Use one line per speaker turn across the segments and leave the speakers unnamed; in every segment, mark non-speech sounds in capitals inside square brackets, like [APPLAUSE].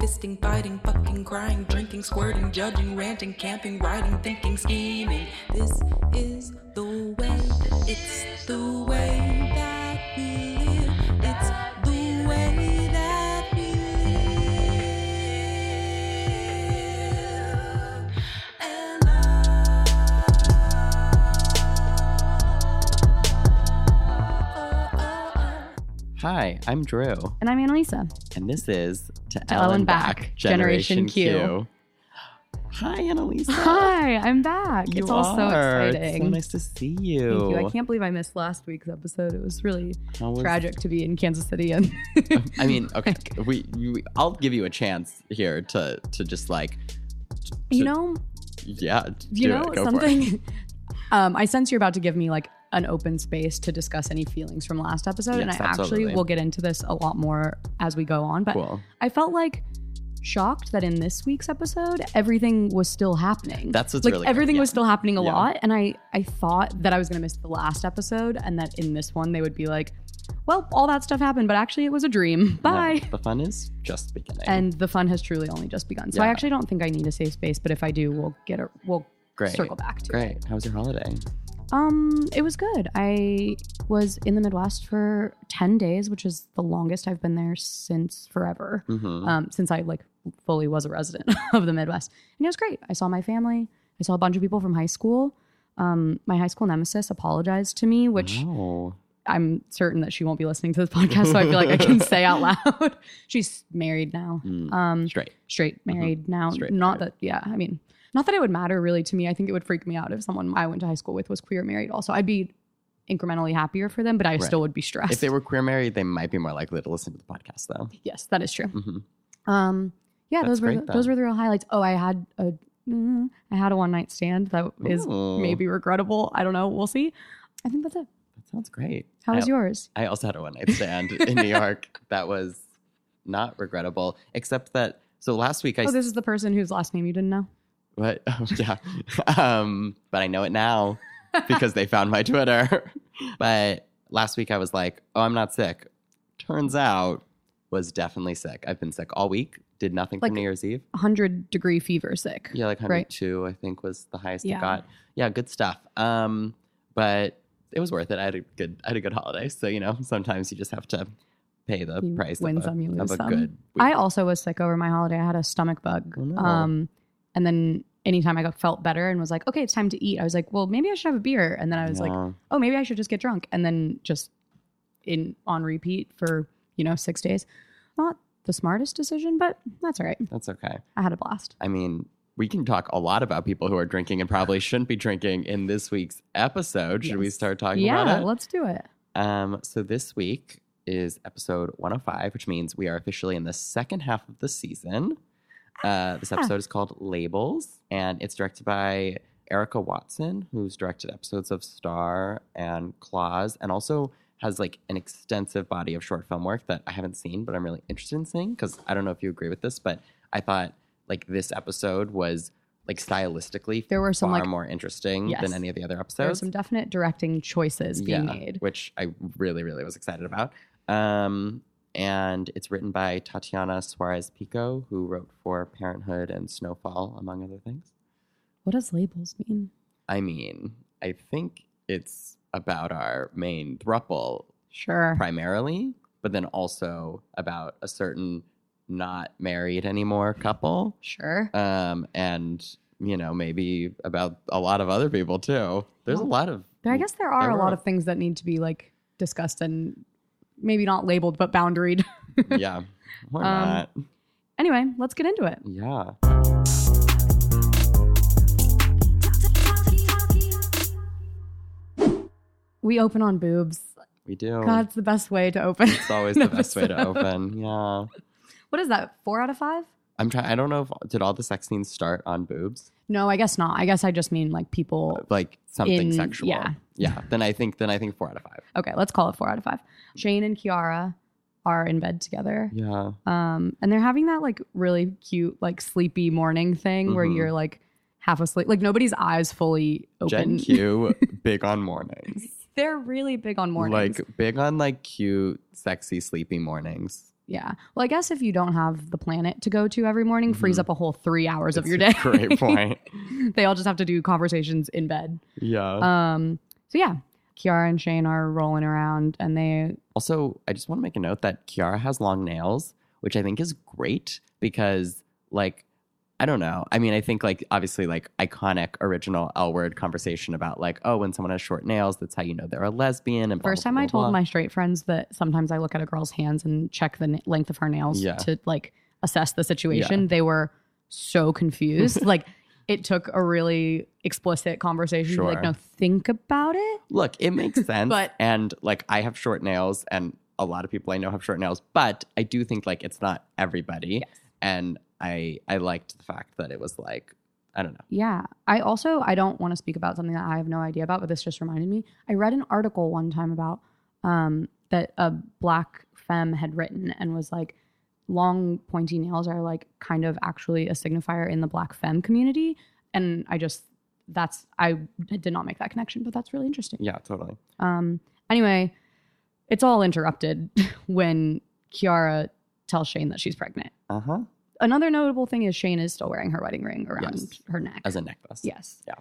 fisting, biting, fucking, crying, drinking, squirting, judging, ranting, camping, writing, thinking, scheming. This is the way. It's the way that we live. It's the way that we live. And I.
Hi, I'm Drew,
And I'm Annalisa.
and this is To,
To
Ellen
Ellen Back, Generation Q.
Hi, Annalisa.
Hi, I'm back.
You
it's all so
are. It's
exciting.
so nice to see you.
Thank you. I can't believe I missed last week's episode. It was really
How was-
tragic to be in Kansas
[LAUGHS]
City and [LAUGHS]
I mean, okay, we, you, I'll give you a chance here to to just like,
you know,
yeah, d-
you
do
know
it. Go For it.
something. um, I sense you're about to give me like an open space to discuss any feelings from last episode, and I
Yes, absolutely.
actually will get into this a lot more as we go on. [LAUGHS] But
Cool.
I felt like shocked that in this week's episode everything was still happening.
That's what's
like
really good,
everything
yeah.
was still happening a
Yeah.
lot, and I I thought that I was gonna miss the last episode, and that in this one they would be like, well, all that stuff happened, but actually it was a dream. [LAUGHS]
No,
Bye.
the fun is just beginning.
And the fun has truly only just begun. So I
Yeah.
actually don't think I need a safe space, but if I do, we'll get a we'll
great,
circle back to it.
great. How was your holiday?
Um, it was good. I was in the Midwest for ten days, which is the longest I've been there since forever
Mm-hmm.
um, since I like fully was a resident [LAUGHS] of the Midwest. And it was great. I saw my family. I saw a bunch of people from high school. Um, my high school nemesis apologized to me, which
oh,
I'm certain that she won't be listening to this podcast, so I feel like I can say out loud. [LAUGHS] She's married now,
Mm.
um,
straight.
straight married now.
Uh-huh. Straight
not
married.
that, yeah. I mean, not that it would matter really to me. I think it would freak me out if someone I went to high school with was queer married. Also, I'd be incrementally happier for them, but I
Right.
still would be stressed.
If they were queer married, they might be more likely to listen to the podcast, though.
[LAUGHS] yes, that is true.
Mm-hmm.
Um, yeah,
That's
those were
great,
the, those
though.
were the real highlights. Oh, I had a mm, I had a one night stand that is
Ooh.
maybe regrettable. I don't know. We'll see. I think that's it.
That sounds great.
How
I-
was yours?
I also had a one night stand in New York [LAUGHS] that was not regrettable, except that so last week I
Oh, this is the person whose last name you didn't know.
[LAUGHS] what oh, yeah, um, but I know it now because they found my Twitter. [LAUGHS] but last week I was like, oh, I'm not sick. Turns out was definitely sick. I've been sick all week. Did nothing
Like-
for New Year's Eve.
Hundred degree fever sick.
Yeah, like
Right.
102, I think was the highest
Yeah.
it got. Yeah, good stuff. Um, but it was worth it. I had a good, I had a good holiday. So you know, sometimes you just have to pay the
You
price.
win
of a,
some, you
of
lose
a
some.
Good week.
I also was sick over my holiday. I had a stomach bug.
Oh, no.
Um, and then anytime I got felt better and was like, okay, it's time to eat. I was like, well, maybe I should have a beer. And then I was like,
No.
oh, maybe I should just get drunk. And then just in on repeat for you know six days. Not the smartest decision, but that's all right.
that's okay.
I had a blast.
I mean, we can talk a lot about people who are drinking and probably shouldn't be drinking in this week's episode. Should we
Yes.
start talking
yeah,
about it?
let's do it.
Um, so this week is episode 105, which means we are officially in the second half of the season. Uh,
Ah.
this episode is called Labels, and it's directed by Erica Watson, who's directed episodes of Star and Claws, and also has like an extensive body of short film work that I haven't seen, but I'm really interested in seeing because I don't know if you agree with this, but I thought like this episode was like stylistically
There were some
far
like
more interesting
Yes.
than any of the other episodes
there were some definite directing choices being made.
which I really, really was excited about. Um, and it's written by Tatiana Suarez Pico, who wrote for Parenthood and Snowfall, among other things.
What does labels mean?
I mean, I think it's about our main thruple
Sure.
primarily, but then also about a certain not married anymore couple.
Sure.
Um, and you know, maybe about a lot of other people too. There's a lot of
There, I guess there are
there
a
were-
lot of things that need to be like discussed and maybe not labeled but boundaried.
[LAUGHS]
[LAUGHS]
yeah. Or
Um,
not.
anyway, let's get into it.
Yeah.
We open on boobs.
We do.
God, it's the best way to open. [LAUGHS]
It's always the best way to open. Yeah.
What is that? Four out of five?
I'm trying. I don't know if did all the sex scenes start on boobs,
No, I guess not. I guess I just mean like people.
like something
In-
sexual.
yeah.
Yeah. Then I think. Then I think four out of five.
Okay, let's call it four out of five. Shane and Kiara are in bed together.
Yeah.
Um, and they're having that like really cute, like sleepy morning thing where
Mhm.
you're like half asleep. Like nobody's eyes fully
Gen
open. [LAUGHS]
Q, big on mornings.
They're really big on mornings.
Like big on like cute, sexy, sleepy mornings.
Yeah. Well, I guess if you don't have the planet to go to every morning, frees
Mhm.
up a whole three hours of
It's
your
a
day. [LAUGHS]
Great point.
they all just have to do conversations in bed.
Yeah.
Um. So yeah, Kiara and Shane are rolling around, and they
Also, I just want to make a note that Kiara has long nails, which I think is great because, like, I don't know. I mean, I think, like, obviously, like, iconic original L word conversation about, like, oh, when someone has short nails, that's how you know they're a lesbian. And blah,
first
blah,
time I
blah, blah.
told my straight friends that sometimes I look at a girl's hands and check the n- length of her nails
Yeah.
to like assess the situation. They were so [LAUGHS] confused. like it took a really explicit conversation. to be Like
Sure.
no, think about it.
look, it
[LAUGHS]
makes sense.
But-
and, like, I have short nails, and a lot of people I know have short nails, but I do think, like, it's not everybody. And I, I liked the fact that it was, like, I don't know.
Yeah. I also I don't want to speak about something that I have no idea about, but this just reminded me. I read an article one time about um that a black femme had written and was like long pointy nails are like kind of actually a signifier in the black femme community and I just that's I did not make that connection, but that's really interesting.
Yeah, totally.
Um, anyway, it's all interrupted [LAUGHS] when Kiara tells Shane that she's pregnant.
Uh huh.
Another notable thing is Shane is still wearing her wedding ring around
Yes.
her neck.
As a necklace.
Yes.
Yeah.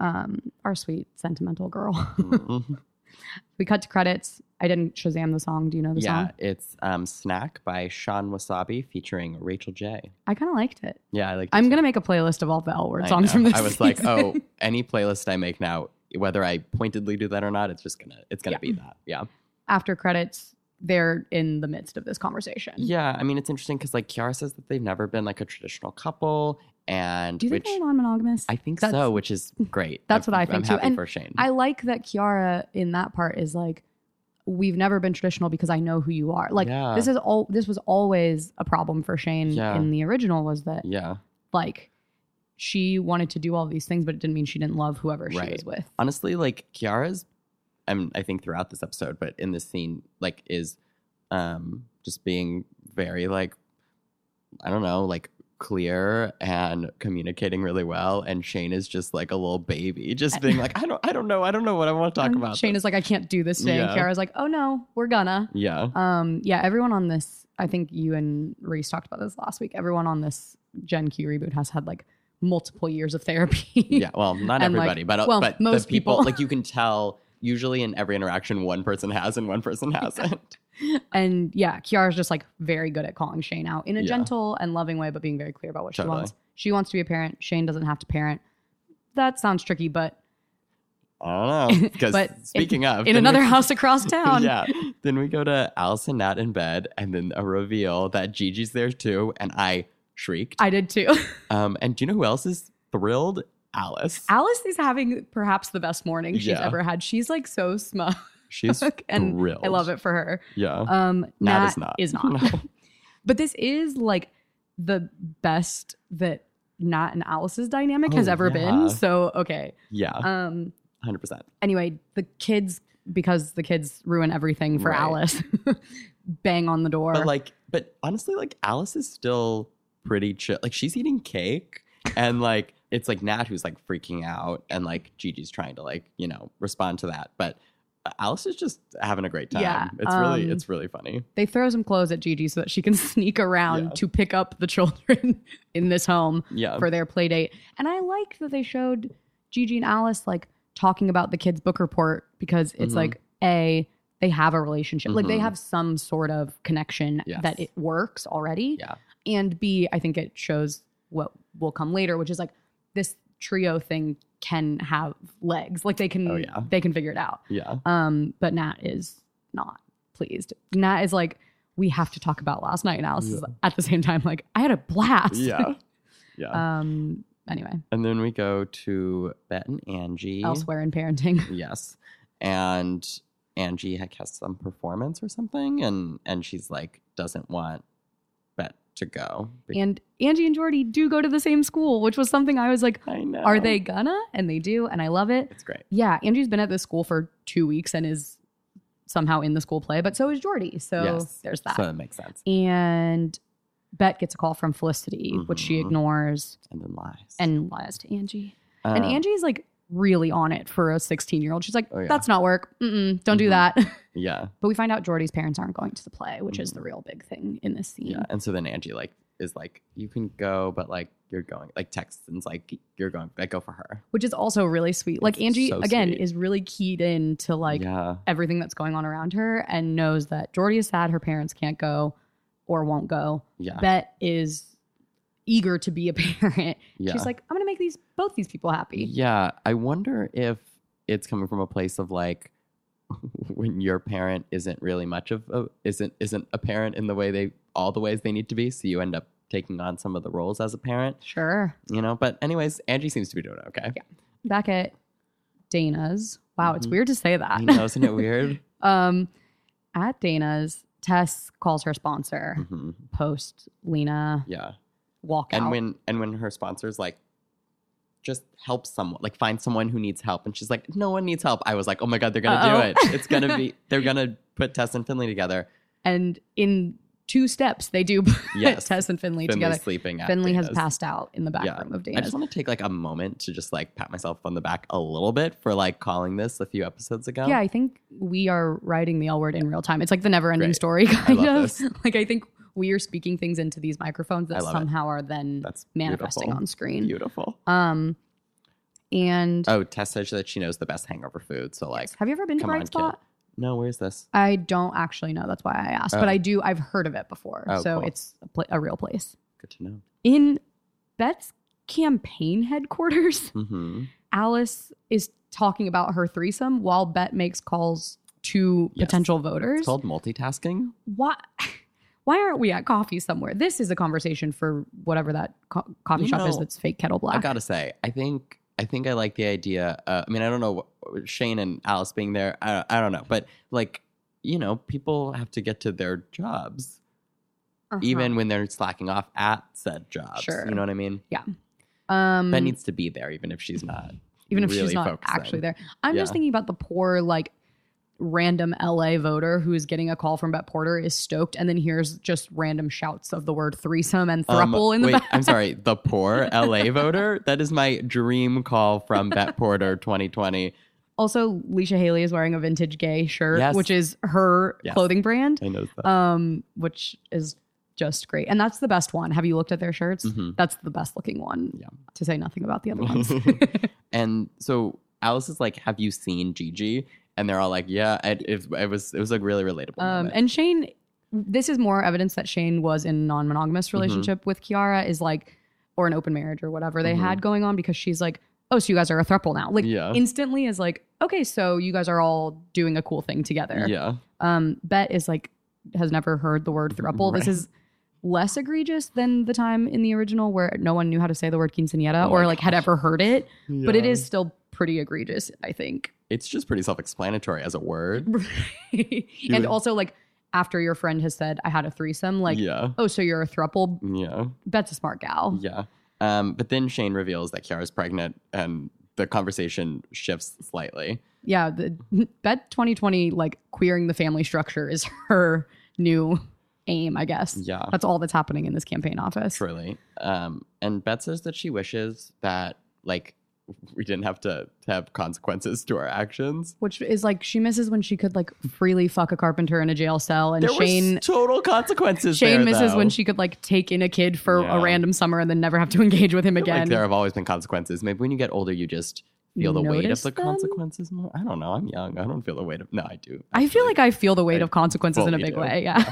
Um, our sweet sentimental girl. [LAUGHS]
Mhm.
we cut to credits. I didn't Shazam the song. Do you know the
yeah,
song?
it's um, Snack by Sean Wasabi featuring Rachel J.
I kind of liked it.
Yeah, I like
I'm gonna make a playlist of all the L word
I
songs
know.
from this.
I was like,
season.
oh, any playlist I make now, whether I pointedly do that or not, it's just gonna it's gonna be that. Yeah.
[LAUGHS] After credits, they're in the midst of this conversation.
Yeah. I mean it's interesting because like Kiara says that they've never been like a traditional couple and
Do you think
which
they're non-monogamous?
I think
That's-
so, which is great.
That's what I
I'm-
think,
I'm
too.
happy
And
for Shane.
I like that Kiara in that part is like, we've never been traditional because I know who you are. Like
Yeah.
this is all. This was always a problem for Shane
Yeah.
in the original. Was that
yeah.
like she wanted to do all these things, but it didn't mean she didn't love whoever she
Right.
was with.
honestly, like Kiara's, I mean, I think throughout this episode, but in this scene, like, is um just being very like, I don't know, like clear and communicating really well, and Shane is just like a little baby, just being like, I don't, I don't know, I don't know what I want to talk
And
about.
Shane is like, I can't do this today. And
Yeah.
Kiara's like, Oh no, we're gonna. [LAUGHS]
yeah,
Um, yeah, everyone on this, I think you and Reese talked about this last week. Everyone on this Gen Q reboot has had like multiple years of therapy.
[LAUGHS]
[LAUGHS]
yeah. Well, not
And, like,
everybody, but uh,
well,
but
most
the people,
people.
like you can tell. Usually, in every interaction, one person has and one
[LAUGHS]
person hasn't.
and yeah, Kiara's just like very good at calling Shane out in a
Yeah.
gentle and loving way, but being very clear about what she
Totally.
wants. She wants to be a parent. Shane doesn't have to parent. That sounds tricky, but
I don't know. Because
But in-
speaking of, then
in
we
another
[LAUGHS]
house across town.
yeah. Then we go to Alice and Nat in bed, and then a reveal that Gigi's there too, and I shrieked.
I did too. [LAUGHS]
Um, and do you know who else is thrilled? Alice.
Alice is having perhaps the best morning she's
Yeah.
ever had. She's like so smug. [LAUGHS]
She's
and
thrilled.
I love it Uh,
[LAUGHS]
for her.
Yeah.
Um, Nat,
Nat is not. [LAUGHS]
[LAUGHS]
No.
but this is like the best that Nat and Alice's dynamic has
Oh,
ever
yeah. Uh.
been. So okay.
yeah.
Um,
Hundred percent.
anyway, the kids because the kids ruin everything for
Right.
Alice. [LAUGHS] Bang on the door.
But like, but honestly, like Alice is still pretty chill. Like she's eating cake, and like it's like Nat who's like freaking out, and like Gigi's trying to like you know respond to that, but. uh, Alice is just having a great time.
Yeah,
it's really,
um,
it's really funny.
they throw some clothes at Gigi so that she can [LAUGHS] sneak around
Yeah.
to pick up the children [LAUGHS] in this home.
Yeah,
for their play date. And I like that they showed Gigi and Alice like talking about the kids' book report because it's
Mhm.
like a they have a relationship, like they
Mhm.
have some sort of connection
Yes.
that it works already.
Yeah.
And B, I think it shows what will come later, which is like this trio thing can have legs. Like they can
Oh, yeah.
they can figure it out.
yeah,
Um, but Nat is not pleased. Nat is like, we have to talk about last night. And Alice is
Yeah.
at the same time like, I had a [LAUGHS] blast.
yeah, yeah.
um anyway
And then we go to Bet and Angie.
elsewhere in parenting
[LAUGHS] Yes. And Angie had cast some performance or something and and she's like doesn't want Bet to go. Be-
and angie and jordy do go to the same school which was something i was like
I know.
are they gonna and they do and i love it
It's great.
yeah angie's been at this school for two weeks and is somehow in the school play but so is jordy so
Yes.
there's that
So it makes sense.
and bet gets a call from felicity which she
Mhm.
ignores
And then lies.
and lies to angie
Um,
and angie's like really on it for a 16 year old she's like
Oh, yeah.
that's not work Mm-mm, don't do
Mhm.
that [LAUGHS]
Yeah.
But we find out Jordy's parents aren't going to the play, which is the real big thing in this scene.
Mm-hmm. Yeah. And so then Angie like is like, you can go, but like you're going like texts and's like you're going like go for her.
Which is also really sweet. Like
It's
Angie
so
again
sweet.
is really keyed in to like
yeah.
everything that's going on around her and knows that Jordy is sad her parents can't go or won't go.
Yeah.
Bet is eager to be a [LAUGHS] parent.
yeah.
She's like, I'm gonna make these both these people happy.
Yeah, I wonder if it's coming from a place of like [LAUGHS] when your parent isn't really much of a isn't isn't a parent in the way they all the ways they need to be, so you end up taking on some of the roles as a parent,
Sure.
you know. But anyways, Angie seems to be doing okay.
Yeah. Back at Dana's. Wow, it's
Mhm.
weird to say that.
I know, isn't it weird?
[LAUGHS] um at Dana's, Tess calls her sponsor
hmm
post Lena
Yeah,
walkout.
and when and when her sponsors like just help someone, like find someone who needs help, and she's like, no one needs help. I was like, oh my god, they're gonna
Uh-oh.
do it. It's gonna be
[LAUGHS]
they're gonna put Tess and Finley together.
and in two steps they do [LAUGHS] put
Yes.
Tess and Finley
Finley's
together.
sleeping. at
Finley has
Dana's.
passed out in the back
Yeah.
room of
I
Dana's.
just want to take like a moment to just like pat myself on the back a little bit for like calling this a few episodes ago.
Yeah, I think we are writing the L word in real time. It's like the never ending
Great.
story [LAUGHS] kind
love
of.
this.
Like I think we are speaking things into these microphones
I
that
love it.
somehow are then
that's
manifesting
beautiful.
on screen.
Beautiful.
Um and
Oh, Tess says that she knows the best hangover food. So like,
have you ever been to
come on,
Bright
kid.
Spot?
no, where's this?
I don't actually know. That's why I asked, but
Oh.
I do. I've heard of it before,
Oh,
so
cool.
it's a, pla a real place.
Good to know.
In Bet's campaign headquarters,
Mm-hmm.
Alice is talking about her threesome while Bet makes calls to
Yes.
potential voters.
It's called multitasking.
why? [LAUGHS] Why aren't we at coffee somewhere? This is a conversation for whatever that co- coffee
You
shop is
know,
that's fake kettle
I
black.
gotta say, I think I think I like the idea. Uh, I mean, I don't know wh- Shane and Alice being there. I I don't know, but like you know, people have to get to their jobs
Uh-huh.
even when they're slacking off at said jobs.
Sure.
You know what I mean?
um,
Ben needs to be there, even if she's not.
even if she's
really
not
focusing.
actually there. I'm just
Yeah.
thinking about the poor like random LA voter who is getting a call from Bet Porter is stoked and then hears just random shouts of the word threesome and
Um,
thruple in the
wait,
back.
I'm sorry, the
[LAUGHS]
poor LA voter. That is my dream call from Bet Porter 2020.
Also, Leisha Haley is wearing a vintage gay shirt,
Yes.
which is her
Yes.
clothing brand,
[LAUGHS] I know that.
um, which is just great. And that's the best one. Have you looked at their shirts?
Mhm.
That's the best looking one.
Yeah.
To say nothing
[LAUGHS]
about the other ones. [LAUGHS]
and so Alice is like, "Have you seen Gigi?" And they're all like, "Yeah." It, it, it was it was a really relatable.
Um,
moment.
and Shane, this is more evidence that Shane was in non-monogamous
Mm-hmm.
relationship with Kiara is like, or an open marriage or whatever they
Mhm.
had going on because she's like, oh, so you guys are a throuple now. Like
Yeah.
instantly is like, okay, so you guys are all doing a cool thing together.
yeah,
Um, Bet is like, has never heard the word throuple. This
Right.
is less egregious than the time in the original where no one knew how to say the word quinceanera
Oh
or
my
like had ever heard it, but it
Yeah.
is still pretty egregious, I think. [LAUGHS]
It's just pretty self-explanatory as a
Mm,
word.
and
would-
also like after your friend has said I had a threesome, like
yeah,
oh so you're a thruple.
yeah,
Bet's a smart gal.
yeah. Um, but then Shane reveals that Kiara's pregnant, and the conversation shifts slightly.
Yeah, the [LAUGHS] Bet 2020 like queering the family structure is [LAUGHS] her new aim, I guess.
Yeah.
That's all that's happening in this campaign office.
Truly. Um, and Bet says that she wishes that like we didn't have to have consequences to our actions.
Which is like she misses when she could like freely fuck a carpenter in a jail cell and
There
Shane
was total consequences.
Shane
there,
misses
though.
when she could like take in a kid for
Yeah.
a random summer and then never have to [LAUGHS] engage with him
I feel
again.
Like there have always been consequences. Maybe when you get older, you just feel the weight of
Notice
the
them?
consequences more. I don't know. I'm young. I don't feel the weight of. No, I do.
I feel like I feel the weight
I
of consequences in a
fully
big
do. [LAUGHS]
way. Yeah.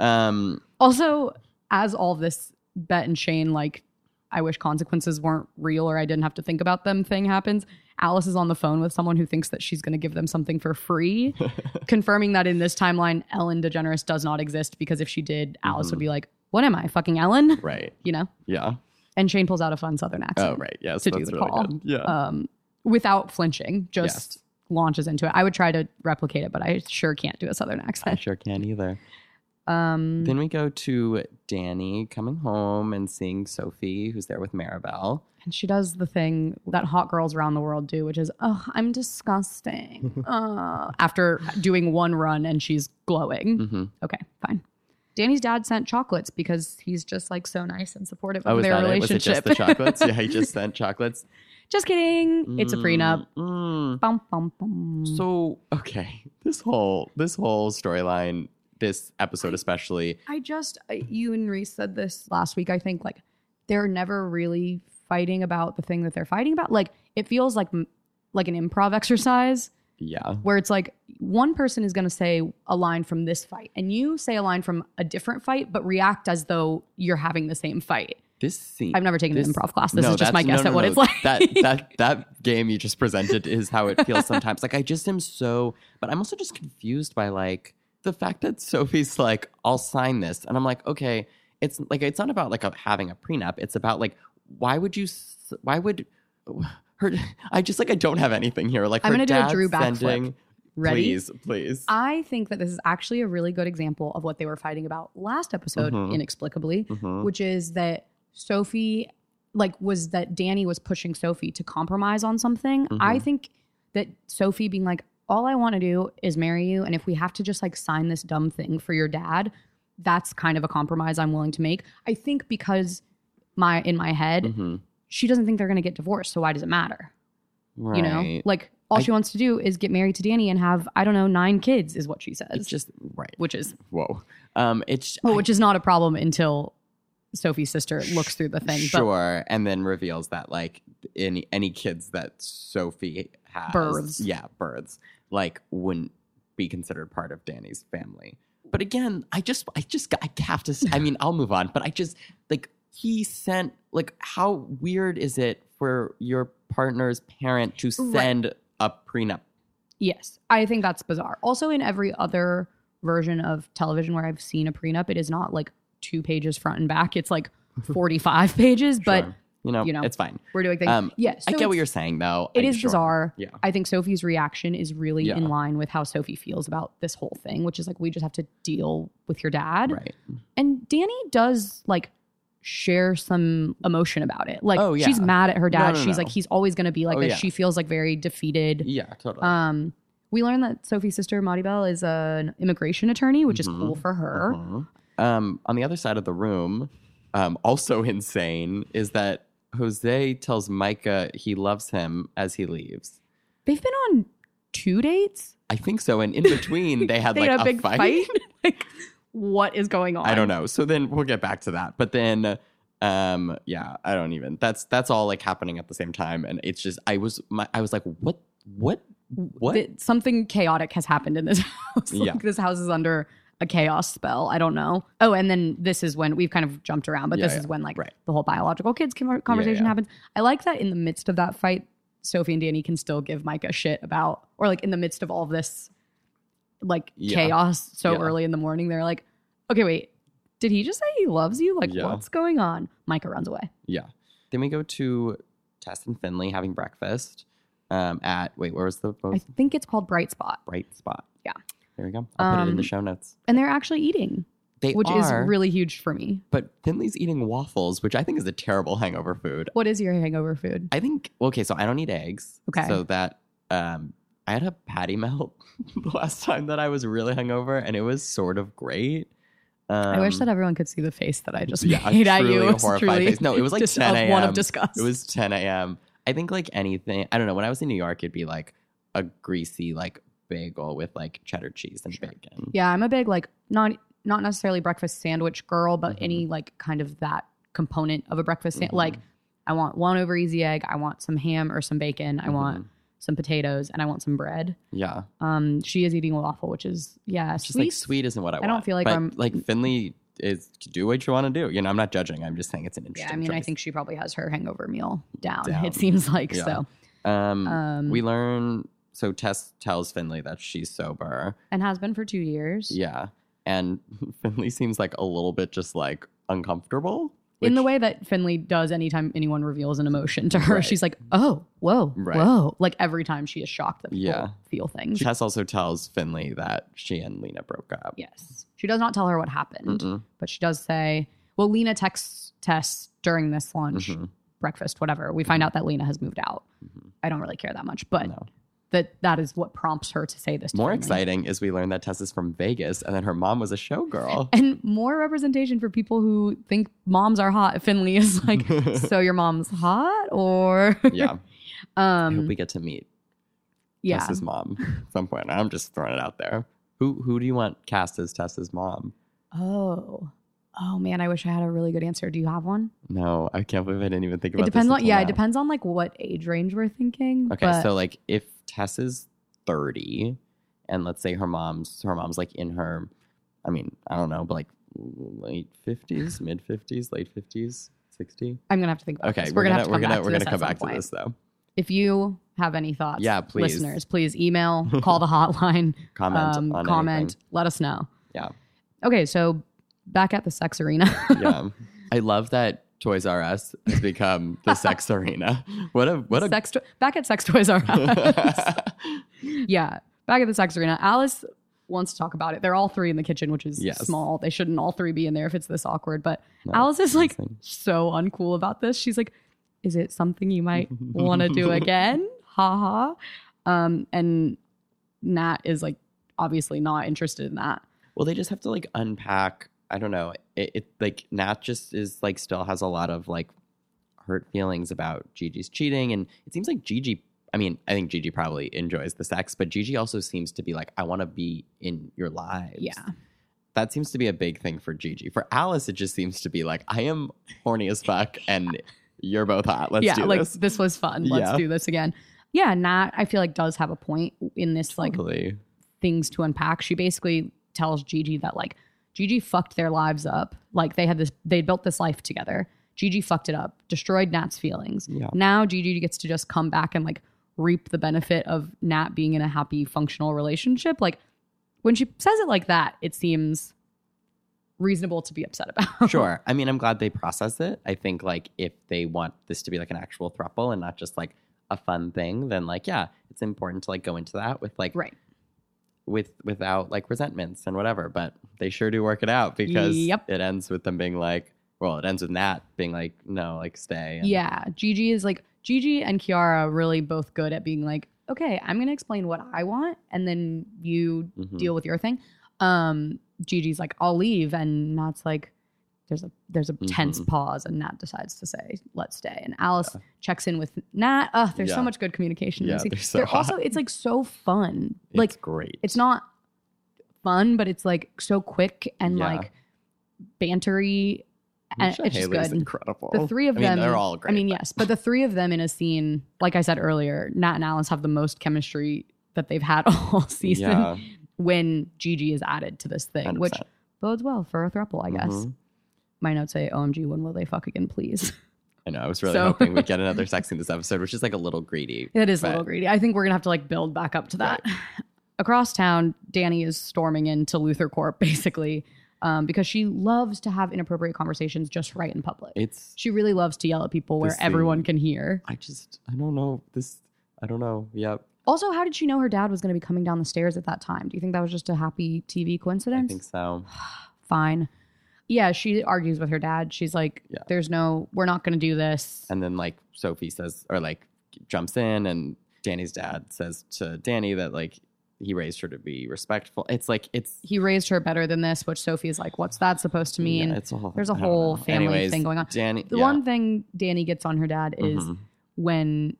Um.
Also, as all this Bet and Shane, like, I wish consequences weren't real or I didn't have to think about them thing happens. Alice is on the phone with someone who thinks that she's going to give them something for
[LAUGHS]
free, confirming that in this timeline, Ellen DeGeneres does not exist because if she did, Alice
Mm-hmm.
would be like, What am I, fucking Ellen? [LAUGHS]
Right.
You know?
Yeah.
And Shane pulls out a fun Southern accent
Oh, right. Yes.
to do
that's
the
really
call.
good. Yeah.
um, without flinching, just
Yes.
launches into it. I would try to replicate it, but I sure can't do a Southern
I
accent.
sure can't either.
Um,
Then we go to Danny coming home and seeing Sophie, who's there with Maribel.
And she does the thing that hot girls around the world do, which is, oh, I'm
[LAUGHS]
disgusting. Uh, after doing one run and she's glowing.
Mm-hmm.
Okay, fine. Danny's dad sent chocolates because he's just like so nice and supportive of
Oh, is
their
that it? Was it just
relationship. [LAUGHS]
the chocolates? yeah, he just sent chocolates.
Just kidding. It's a prenup.
Mm, mm.
Bum, bum, bum.
So okay, this whole this whole storyline, this episode especially,
I just, I- you and Reese said this last week, I think, like, they're never really fighting about the thing that they're fighting about. Like, it feels like, m- like an improv [LAUGHS] exercise
yeah,
where it's like one person is going to say a line from this fight and you say a line from a different fight, but react as though you're having the same fight.
this scene.
I've never taken
This-
an improv class. This
No,
is just my
that's-
guess
no,
at
no,
what
no.
it's [LAUGHS] like.
That that that game you just presented is how it feels sometimes. Like I just am so, but I'm also just confused by like the fact that Sophie's like, "I'll sign this," and I'm like, okay, it's like it's not about like a, having a prenup. It's about like why would you? s- Why would [SIGHS] her? I just like I don't have anything here. Like
I'm
her
gonna do a
dad
Drew backflip.
sending-
Ready?
Please, please.
I think that this is actually a really good example of what they were fighting about last episode,
Mhm.
inexplicably,
Mhm.
which is that Sophie, like, was that Danny was pushing Sophie to compromise on something. I
Mm-hmm.
think that Sophie being like, all I want to do is marry you. And if we have to just like sign this dumb thing for your dad, that's kind of a compromise I'm willing to make. I think because my, in my head,
Mhm.
she doesn't think they're going to get divorced. So why does it matter?
Right.
You know, like all
I-
she wants to do is get married to Danny and have I don't know nine kids is what she says,
it's just right.
which is
Whoa. Um. It's
well, which is not a problem until Sophie's sister looks through the thing.
Sure, and then reveals that like any any kids that Sophie has
Births.
yeah, births, like wouldn't be considered part of Danny's family. But again, I just I just I have to. s-
[LAUGHS]
I mean, I'll move on. But I just like he sent like how weird is it for your partner's parent to
Right.
send a prenup?
But yes, I think that's bizarre. Also, in every other version of television where I've seen a prenup, it is not like two pages front and back;
[LAUGHS]
it's like forty-five pages. But
Sure. you know,
you know,
it's fine.
we're doing things.
Um,
yeah,
I get
so
what
it's-
you're saying though.
It
I-
is
sure.
bizarre.
Yeah.
I think Sophie's reaction is really
Yeah.
in line with how Sophie feels about this whole thing, which is like we just have to deal with your dad.
Right.
and Danny does like share some emotion about it. Like
Oh, yeah.
she's mad at her
No,
dad.
no,
she's
no.
like he's always going to be like
Oh,
this.
yeah.
She feels like very defeated.
Yeah. Totally.
Um we learned that Sophie's sister Maudie Bell is an immigration attorney, which
Mhm.
is cool for her.
Mhm. Um, on the other side of the room, um, also [LAUGHS] insane is that Jose tells Micah he loves him as he leaves.
They've been on two dates.
I think so. And in between, they had
[LAUGHS] They
like
had a big
fight.
fight. like what is going on?
I don't know. So then we'll get back to that. But then, um, yeah, I don't even. That's that's all like happening at the same time, and it's just I was my, I was like, what, what, what?
That something chaotic has happened in this [LAUGHS] house.
Yeah.
Like, this house is under a chaos spell. I don't know. Oh, and then this is when we've kind of jumped around, but
Yeah,
this
yeah.
is when like
Right.
the whole biological kids con- conversation
yeah.
happens. I like that in the midst of that fight, Sophie and Danny can still give Micah shit about, or like in the midst of all this like
Yeah.
chaos so
Yeah.
early in the morning, they're like, okay, wait, did he just say he loves you? Like,
Yeah.
what's going on? Micah runs away.
Yeah. Then we go to Tess and Finley having breakfast um, at wait, where was the what
I
was
think it's called Bright Spot.
bright spot.
Yeah.
There we go. I'll put it in the
Um,
show notes.
And they're actually eating,
They
which
are,
is really huge for me.
but Finley's eating waffles, which I think is a terrible hangover food.
What is your hangover food?
I think okay, so I don't eat eggs.
Okay.
So that um I had a patty [LAUGHS] melt the last time that I was really hungover and it was sort of great. Um,
I wish that everyone could see the face that I just
yeah, a
made at
truly
you. [LAUGHS] It was
horrified
truly
face. No, it was like
just
10
of one
a.m..
of disgust.
it was 10 a.m. I think like anything, I don't know. When I was in New York, it'd be like a greasy like bagel with like cheddar cheese and
Sure.
bacon.
yeah, I'm a big like not not necessarily breakfast sandwich girl, but
Mhm.
any like kind of that component of a breakfast sandwich.
Mhm.
Like I want one over easy egg. I want some ham or some bacon. I want
Mhm.
some potatoes and I want some bread.
Mm-hmm. yeah.
Um, she is eating a waffel, which is yeah,
Just
sweet.
like sweet isn't what I,
I
want.
don't feel like
But,
I'm-
like Finley is to do what you want to do. You know, I'm not judging. I'm just saying it's an
Yeah,
interesting.
I mean, I
choice.
think she probably has her hangover meal down.
Down.
It seems like
Yeah.
so,
Um,
um,
we learn. So Tess tells Finley that she's sober.
and has been for two years.
Yeah, and [LAUGHS] Finley seems like a little bit just like uncomfortable
in the
which-
way that Finley does anytime anyone reveals an emotion to her.
Right.
She's like, oh, whoa,
Right.
whoa. Like every time she is shocked that people
Yeah.
feel things.
Tess also tells Finley that she and Lena broke up.
yes. She does not tell her what happened,
Mm-mm.
but she does say, well, Lena texts Tess during this lunch,
Mhm.
breakfast, whatever. We find out that Lena has moved out.
Mhm.
I don't really care that much, but
Mm-hmm. No.
that that is what prompts her to say this. to
More
Finley.
exciting is we learn that Tess is from Vegas and that her mom was a
[LAUGHS]
showgirl.
And more representation for people who
[LAUGHS]
think moms are hot. Finley is like, so your mom's hot, or
yeah. I hope
[LAUGHS] Um,
we get to meet
yeah.
Tessa's
[LAUGHS]
mom at some point. I'm just throwing it out there. Who who do you want cast as Tessa's mom?
Oh. Oh man, I wish I had a really good answer. Do you have one?
No, I can't believe I didn't even think about
It depends
this
on
until
yeah,
now.
it depends on like what age range we're thinking.
Okay,
but-
so like if Tess is 30 and let's say her mom's her mom's like in her I mean, I don't know, but like late 50s, mid 50s, late 50s, 60.
I'm gonna have to think about
Okay,
this.
we're,
We're,
gonna,
have to
we're
come
gonna
back
we're gonna
to this at
come
some
back to
point.
this though.
If you have any thoughts,
Yeah, please.
listeners, please
[LAUGHS]
email, call the hotline,
Comment
um,
on
comment,
anything.
let us know.
Yeah.
Okay, so back at the sex arena.
[LAUGHS] Yeah. I love that Toys R Us has become
[LAUGHS]
the sex arena. What a what a [LAUGHS]
sex to- back at Sex Toys R Us. yeah, back at the sex arena. Alice wants to talk about it. They're all three in the kitchen, which is
Yes.
small. They shouldn't all three be in there if it's this awkward. But
No,
Alice is like
amazing.
so uncool about this. She's like, "Is it something
[LAUGHS]
you might want to do again?" Ha ha. Um, and Nat is like obviously not interested in that.
Well, they just have to like unpack. I don't know. It, it like Nat just is like still has a lot of like hurt feelings about Gigi's cheating, and it seems like Gigi. I mean, I think Gigi probably enjoys the sex, but Gigi also seems to be like, I want to be in your lives.
Yeah.
That seems to be a big thing for Gigi. For Alice, it just seems to be like, I am horny as fuck, and you're both hot. Let's
yeah,
do
like
this.
was fun. Let's
Yeah.
do this again. Yeah, Nat, I feel like does have a point in this like
Totally.
things to unpack. She basically tells Gigi that like Gigi fucked their lives up. Like they had this, they built this life together. Gigi fucked it up, destroyed Nat's feelings.
Yeah.
Now Gigi gets to just come back and like reap the benefit of Nat being in a happy, functional relationship. Like when she says it like that, it seems reasonable to be upset [LAUGHS] about.
sure. I mean, I'm glad they process it. I think like if they want this to be like an actual thruple and not just like a fun thing, then like yeah, it's important to like go into that with like
right.
with without like resentments and whatever. But they sure do work it out because
Yep.
it ends with them being like, well, it ends with Nat being like, no, like stay. And
Yeah. Gigi is like, Gigi and Kiara are really both good at being like, okay, I'm going to explain what I want and then you
Mhm.
deal with your thing. Um, Gigi's like, I'll leave, and Nat's like, there's a there's a tense
Mhm.
pause, and Nat decides to say, let's stay. And Alice checks in with Nat. Ugh, there's
Yeah.
so much good communication. in
Yeah,
this scene.
they're so [LAUGHS]
also it's like so fun.
It's
like
great.
it's not fun, but it's like so quick and
Yeah.
like bantery, and
Misha
it's just
Haley's
good.
incredible.
The three of
I mean,
them
they're all great.
I mean, yes, but the three of them in a scene, like I said earlier, Nat and Alice have the most chemistry that they've had [LAUGHS] all season
Yeah,
when Gigi is added to this thing, which
100%.
bodes well for a throuple, I guess.
Mhm.
My notes say, OMG, when will they fuck again, please? [LAUGHS]
I know. I was really
So-
hoping we'd get another sex in this episode, which is like a little greedy.
That is
But-
a little greedy. I think we're going to have to like build back up to that. [LAUGHS] Across town, Danny is storming into Luther Corp [LAUGHS] basically um, because she loves to have inappropriate conversations just right in public.
It's
she really loves to yell at people where
This scene-
everyone can hear.
I just I don't know this. I don't know. Yep,
Also, how did she know her dad was going to be coming down the stairs at that time? Do you think that was just a happy TV
I
coincidence?
think so.
Fine. Yeah, she argues with her dad. She's like,
Yeah.
there's no, we're not going to do this.
And then like Sophie says, or like jumps in, and Danny's dad says to Danny that like he raised her to be respectful. It's like it's
he raised her better than this, which Sophie is like, what's that supposed to mean?
yeah, it's a whole,
there's a
I don't
whole
know.
family
Anyways,
thing going on.
Danny,
the
yeah.
one thing Danny gets on her dad is
Mhm.
when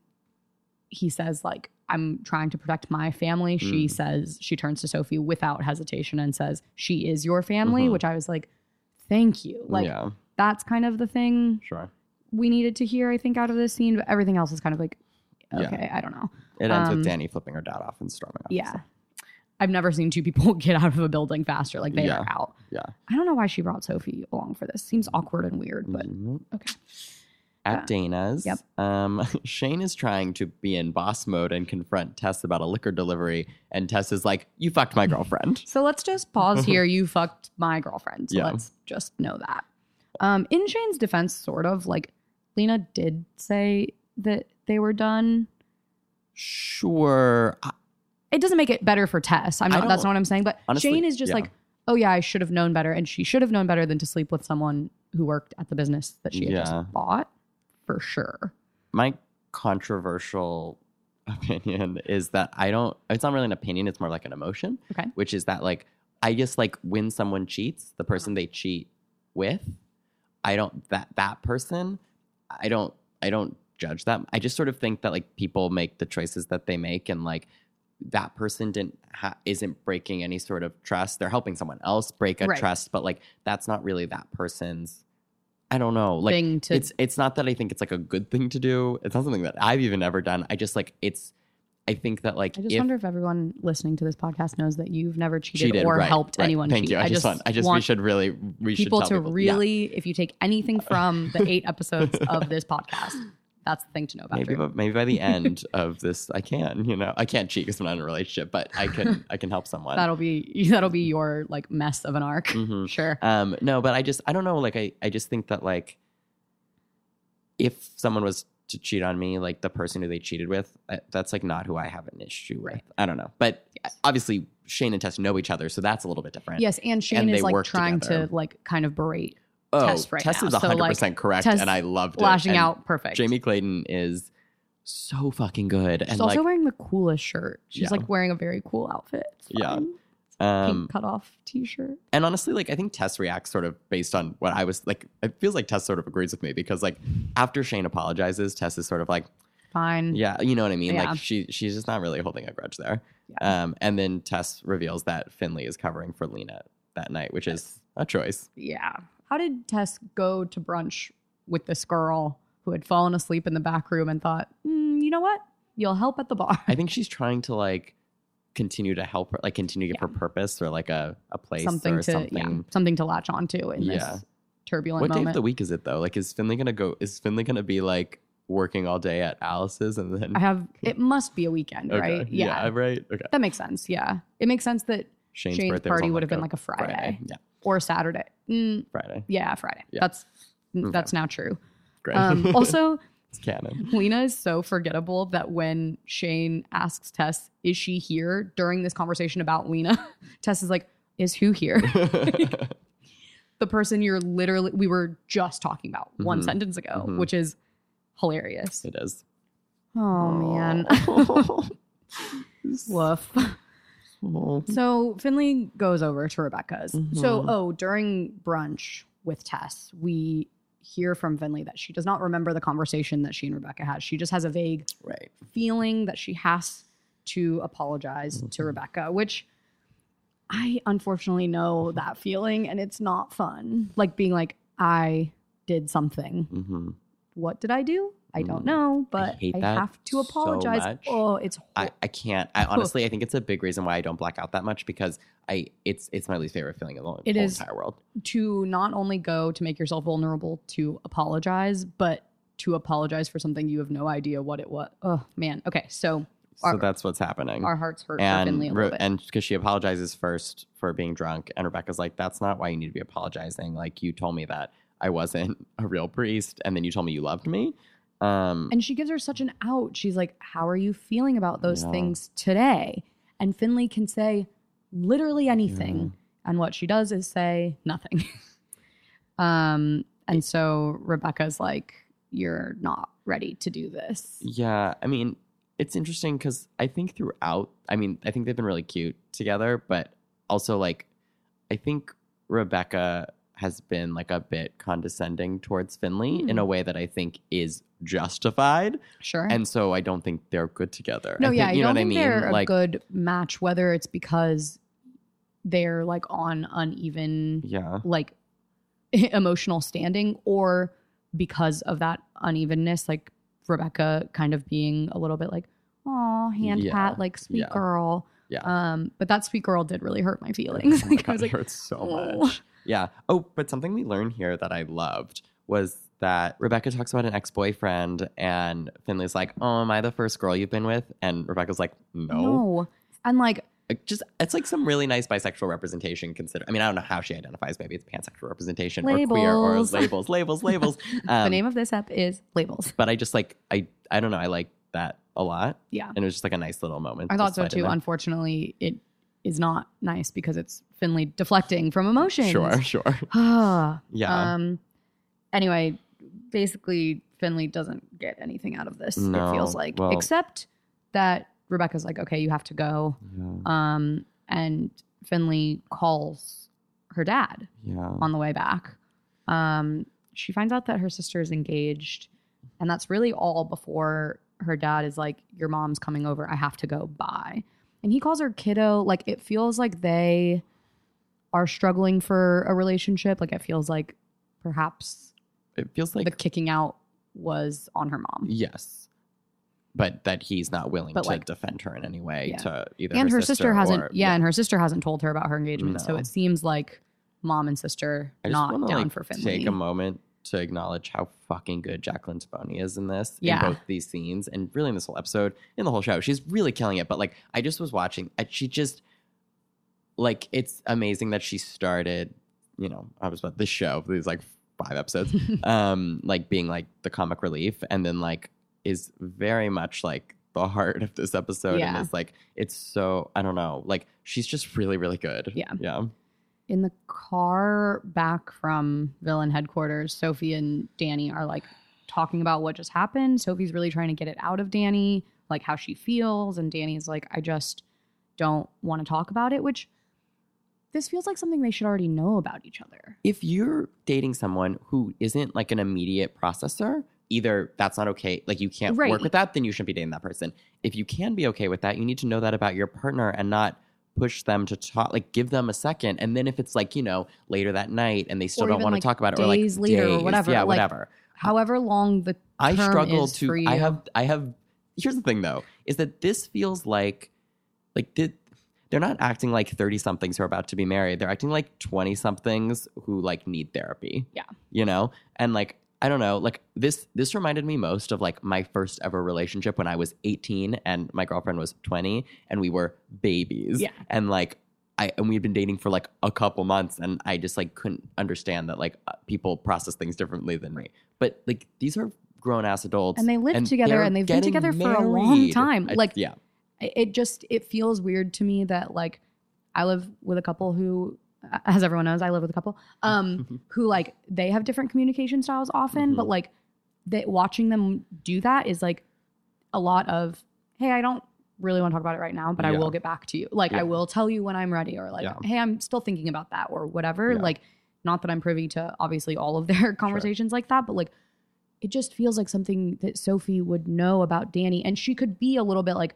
he says, like, I'm trying to protect my family. She
Mm.
says, she turns to Sophie without hesitation and says, she is your family,
Mhm.
which I was like, thank you. Like,
yeah,
that's kind of the thing
sure.
we needed to hear, I think, out of this scene. But everything else is kind of like,
Yeah.
okay, I don't know.
It ends
um,
with Danny flipping her dad off and storming off.
Yeah. I've never seen two people [LAUGHS] get out of a building faster. Like they
Yeah.
are out.
Yeah.
I don't know why she brought Sophie along for this. Seems awkward and weird, but
Mhm.
okay.
At
Uh,
Dana's,
yep.
um, [LAUGHS] Shane is trying to be in boss mode and confront Tess about a liquor delivery, and Tess is like, "You fucked
[LAUGHS]
my girlfriend."
So let's just pause here. You fucked my girlfriend. So
Yeah.
let's just know that. Um, in Shane's defense, sort of like Lena did say that they were done.
sure,
It doesn't make it better for Tess. I'm
I
not. That's
don't-
not what I'm saying. But
honestly,
Shane is just
yeah.
like, oh yeah, I should have known better, and she should have known better than to sleep with someone who worked at the business that she had
Yeah.
just bought, for sure.
my controversial [LAUGHS] opinion is that I don't it's not really an opinion, it's more like an emotion.
Okay.
Which is that like I just like when someone cheats, the person they cheat with, I don't that that person, I don't I don't judge that. I just sort of think that like people make the choices that they make and like that person didn't ha- isn't breaking any sort of trust. They're helping someone else break a
Right.
trust, but like that's not really that person's I don't know. Like
thing to
it's it's not that I think it's like a good thing to do. It's not something that I've even ever done. I just like it's I think that like
I just
if
wonder if everyone listening to this podcast knows that you've never cheated,
cheated
or
right,
helped
right.
anyone
Thank
cheat.
you. I, just want I just we should really we should
people
tell
to
yeah.
really, if you take
[LAUGHS]
anything from the eight episodes of this podcast, that's the thing to know about.
maybe
Drew.
by, maybe by the end of this I can, you know. I can't cheat because I'm not in a relationship, but I
[LAUGHS]
can I can help someone.
That'll be [LAUGHS] that'll be your like mess of an arc.
Mhm.
Sure.
Um, no, but I just I don't know. Like I I just think that like if someone was to cheat on me, like the person who they cheated with, I, that's like not who I have an issue with.
Right.
I don't know, but obviously Shane and Tess know each other, so that's a little bit different.
Yes, and Shane
And
is
they
like
work
trying
together.
to like kind of berate,
oh,
Tess right now.
is
So, like,
hundred percent correct,
Tess
and I loved it.
lashing
And
out. Perfect.
Jamie Clayton is so fucking good,
She's
and
also
like
wearing the coolest shirt. She's
Yeah.
like wearing a very cool outfit. It's
Yeah.
fine.
um,
Pink cutoff t-shirt.
and honestly, like I think Tess reacts sort of based on what I was like. It feels like Tess sort of agrees with me because like after Shane apologizes, Tess is sort of like.
Fine.
Yeah, you know what I mean.
Yeah.
Like she she's just not really holding a grudge there. Um, and then Tess reveals that Finley is covering for Lena that night, which is a choice.
Yeah. How did Tess go to brunch with this girl who had fallen asleep in the back room and thought, mm, you know what? You'll help at the bar.
I think she's trying to like continue to help her, like continue to give her purpose or like a a place
something
or
to
something.
yeah, something to latch onto in
Yeah.
this turbulent
What day
moment.
of the week is it though? Like, is Finley gonna go? Is Finley gonna be like working all day at Alice's and then?
I have it must be a weekend,
Okay.
right?
Yeah. Right. Okay.
That makes sense. Yeah. It makes sense that
Shane's,
Shane's
birthday was
party
on,
would have been
a
like a Friday,
Yeah.
or Saturday. Mm,
Friday.
yeah, Friday.
Yeah.
That's
Okay.
that's now true.
Great. [LAUGHS]
Um, also,
it's
[LAUGHS]
canon. [LAUGHS]
Lena is so forgettable that when Shane asks Tess, "Is she here?" during this conversation about Lena, [LAUGHS] Tess is like, "Is who here?" the person you're literally we were just talking about one
Mhm.
sentence ago,
Mhm.
which is hilarious.
it is.
Oh man. Woof. So Finley goes over to Rebecca's. So,
Mhm.
oh, during brunch with Tess, we hear from Finley that she does not remember the conversation that she and Rebecca had. She just has a vague
Right.
feeling that she has to apologize to
Mhm.
Rebecca, which I unfortunately know that feeling and it's not fun. Like being like, I did something.
Mm-hmm.
What did I do? I don't
Mm.
know, but I,
hate that
have to
so
apologize.
much.
oh, it's
I, I can't.
[LAUGHS]
I honestly, I think it's a big reason why I don't black out that much because I it's it's my least favorite feeling in the whole
It is.
entire world.
to not only go to make yourself vulnerable to apologize, but to apologize for something you have no idea what it was. Oh man. Okay, so
So
Our-
that's what's happening.
our hearts hurt for
Mm-hmm. and
Finley a
Re-
little bit.
and because she apologizes first for being drunk, and Rebecca's like, "That's not why you need to be apologizing. Like you told me that I wasn't [LAUGHS] a real priest, and then you told me you loved me." Um,
and she gives her such an out. She's like, "How are you feeling about those
Yeah.
things today?" And Finley can say literally anything, and what she does is say nothing. [LAUGHS] um, and so Rebecca's like, "You're not ready to do this."
Yeah, I mean, it's interesting because I think throughout, I mean, I think they've been really cute together, but also like, I think Rebecca has been like a bit condescending towards Finley in
Mm-hmm.
a way that I think is justified,
Sure.
and so I don't think they're good together.
No,
I think,
yeah, I
you know
don't
what
think
I mean.
they're
like,
a good match. Whether it's because they're like on uneven
yeah,
like [LAUGHS] emotional standing, or because of that unevenness, like Rebecca kind of being a little bit like, "Oh, hand
Yeah,
pat, like sweet
yeah.
girl."
Yeah.
Um, [LAUGHS] but that sweet girl did really hurt my feelings.
[LAUGHS] Oh
[LAUGHS]
my
like I was
God,
like,
it hurts so
"Oh."
much. Yeah. Oh, but something we learned here that I loved was that Rebecca talks about an ex boyfriend, and Finley's like, "Oh, am I the first girl you've been with?" And Rebecca's like, "No."
no. And like,
Like, Just it's like some really nice bisexual representation. Consider, I mean, I don't know how she identifies. Maybe it's pansexual representation or queer or
Labels.
labels, labels,
[LAUGHS]
labels. Um,
the name of this app is Labels.
but I just like I I don't know. I like that a lot,
Yeah.
and it was just like a nice little moment.
I
to
thought so
slide in
too.
there.
Unfortunately, it is not nice because it's Finley deflecting from emotions.
Sure, [LAUGHS] sure.
[SIGHS] Ah.
Yeah.
um. Anyway, basically, Finley doesn't get anything out of this.
No,
It feels like,
well-
except that Rebecca's like, "Okay, you have to go."
yeah.
Um, and Finley calls her dad
Yeah.
on the way back. Um, she finds out that her sister is engaged. And that's really all before her dad is like, Your mom's coming over. I have to go. Bye. And he calls her kiddo. Like, it feels like they are struggling for a relationship. Like, it feels like perhaps
It feels like
the kicking out was on her mom.
yes, but that he's not willing
But,
to
like-
defend her in any way
Yeah.
to either
And her, sister, hasn't,
or-
yeah, and her sister hasn't told her about her engagement. So
No.
it seems like mom and sister
I just
not
wanna,
down
like,
for Finley.
Take a moment to acknowledge how fucking good Jacqueline Taboni is in this,
Yeah.
in both these scenes, and really in this whole episode, in the whole show. She's really killing it. But like, I just was watching, and she just like it's amazing that she started. You know, I was about this show these like five
[LAUGHS]
episodes, um, like being like the comic relief, and then like is very much like the heart of this episode,
Yeah.
and is like it's so I don't know, like she's just really really good.
Yeah.
yeah.
in the car back from villain headquarters, Sophie and Danny are like talking about what just happened. Sophie's really trying to get it out of Danny, like how she feels. And Danny's like, I just don't want to talk about it, which this feels like something they should already know about each other.
if you're dating someone who isn't like an immediate processor, either that's not okay, like you can't
Right.
work with that, then you shouldn't be dating that person. If you can be okay with that, you need to know that about your partner and not push them to talk, like give them a second. And then if it's like, you know, later that night and they still
Or
don't
even,
want
like,
to talk about it
days
or like
later or
days,
whatever,
yeah,
like,
whatever.
However long the
I
term
struggle
is
to.
for you.
I have. I have. Here's the thing, though, is that this feels like, like did they're not acting like thirty somethings who are about to be married. They're acting like twenty somethings who like need therapy.
Yeah.
you know, and like I don't know, like this. This reminded me most of like my first ever relationship when I was eighteen and my girlfriend was twenty, and we were babies.
Yeah.
and like. I, and we had been dating for like a couple months, and I just like couldn't understand that like uh, people process things differently than me. But like these are grown ass adults,
And they live together,
they're
and they've been
getting
together for a long
married.
time.
I-
Like,
yeah,
it it just it feels weird to me that like I live with a couple who as everyone knows I live with a couple
[LAUGHS]
um who like they have different communication styles often but
Mhm.
like that watching them do that is like a lot of hey I don't really want to talk about it right now but I
Yeah.
will get back to you like
Yeah.
I will tell you when I'm ready or like
Yeah.
hey I'm still thinking about that or whatever
Yeah.
like not that I'm privy to obviously all of their [LAUGHS] conversations like that but like it just feels like something that Sophie would know about Danny. And she could be a little bit like,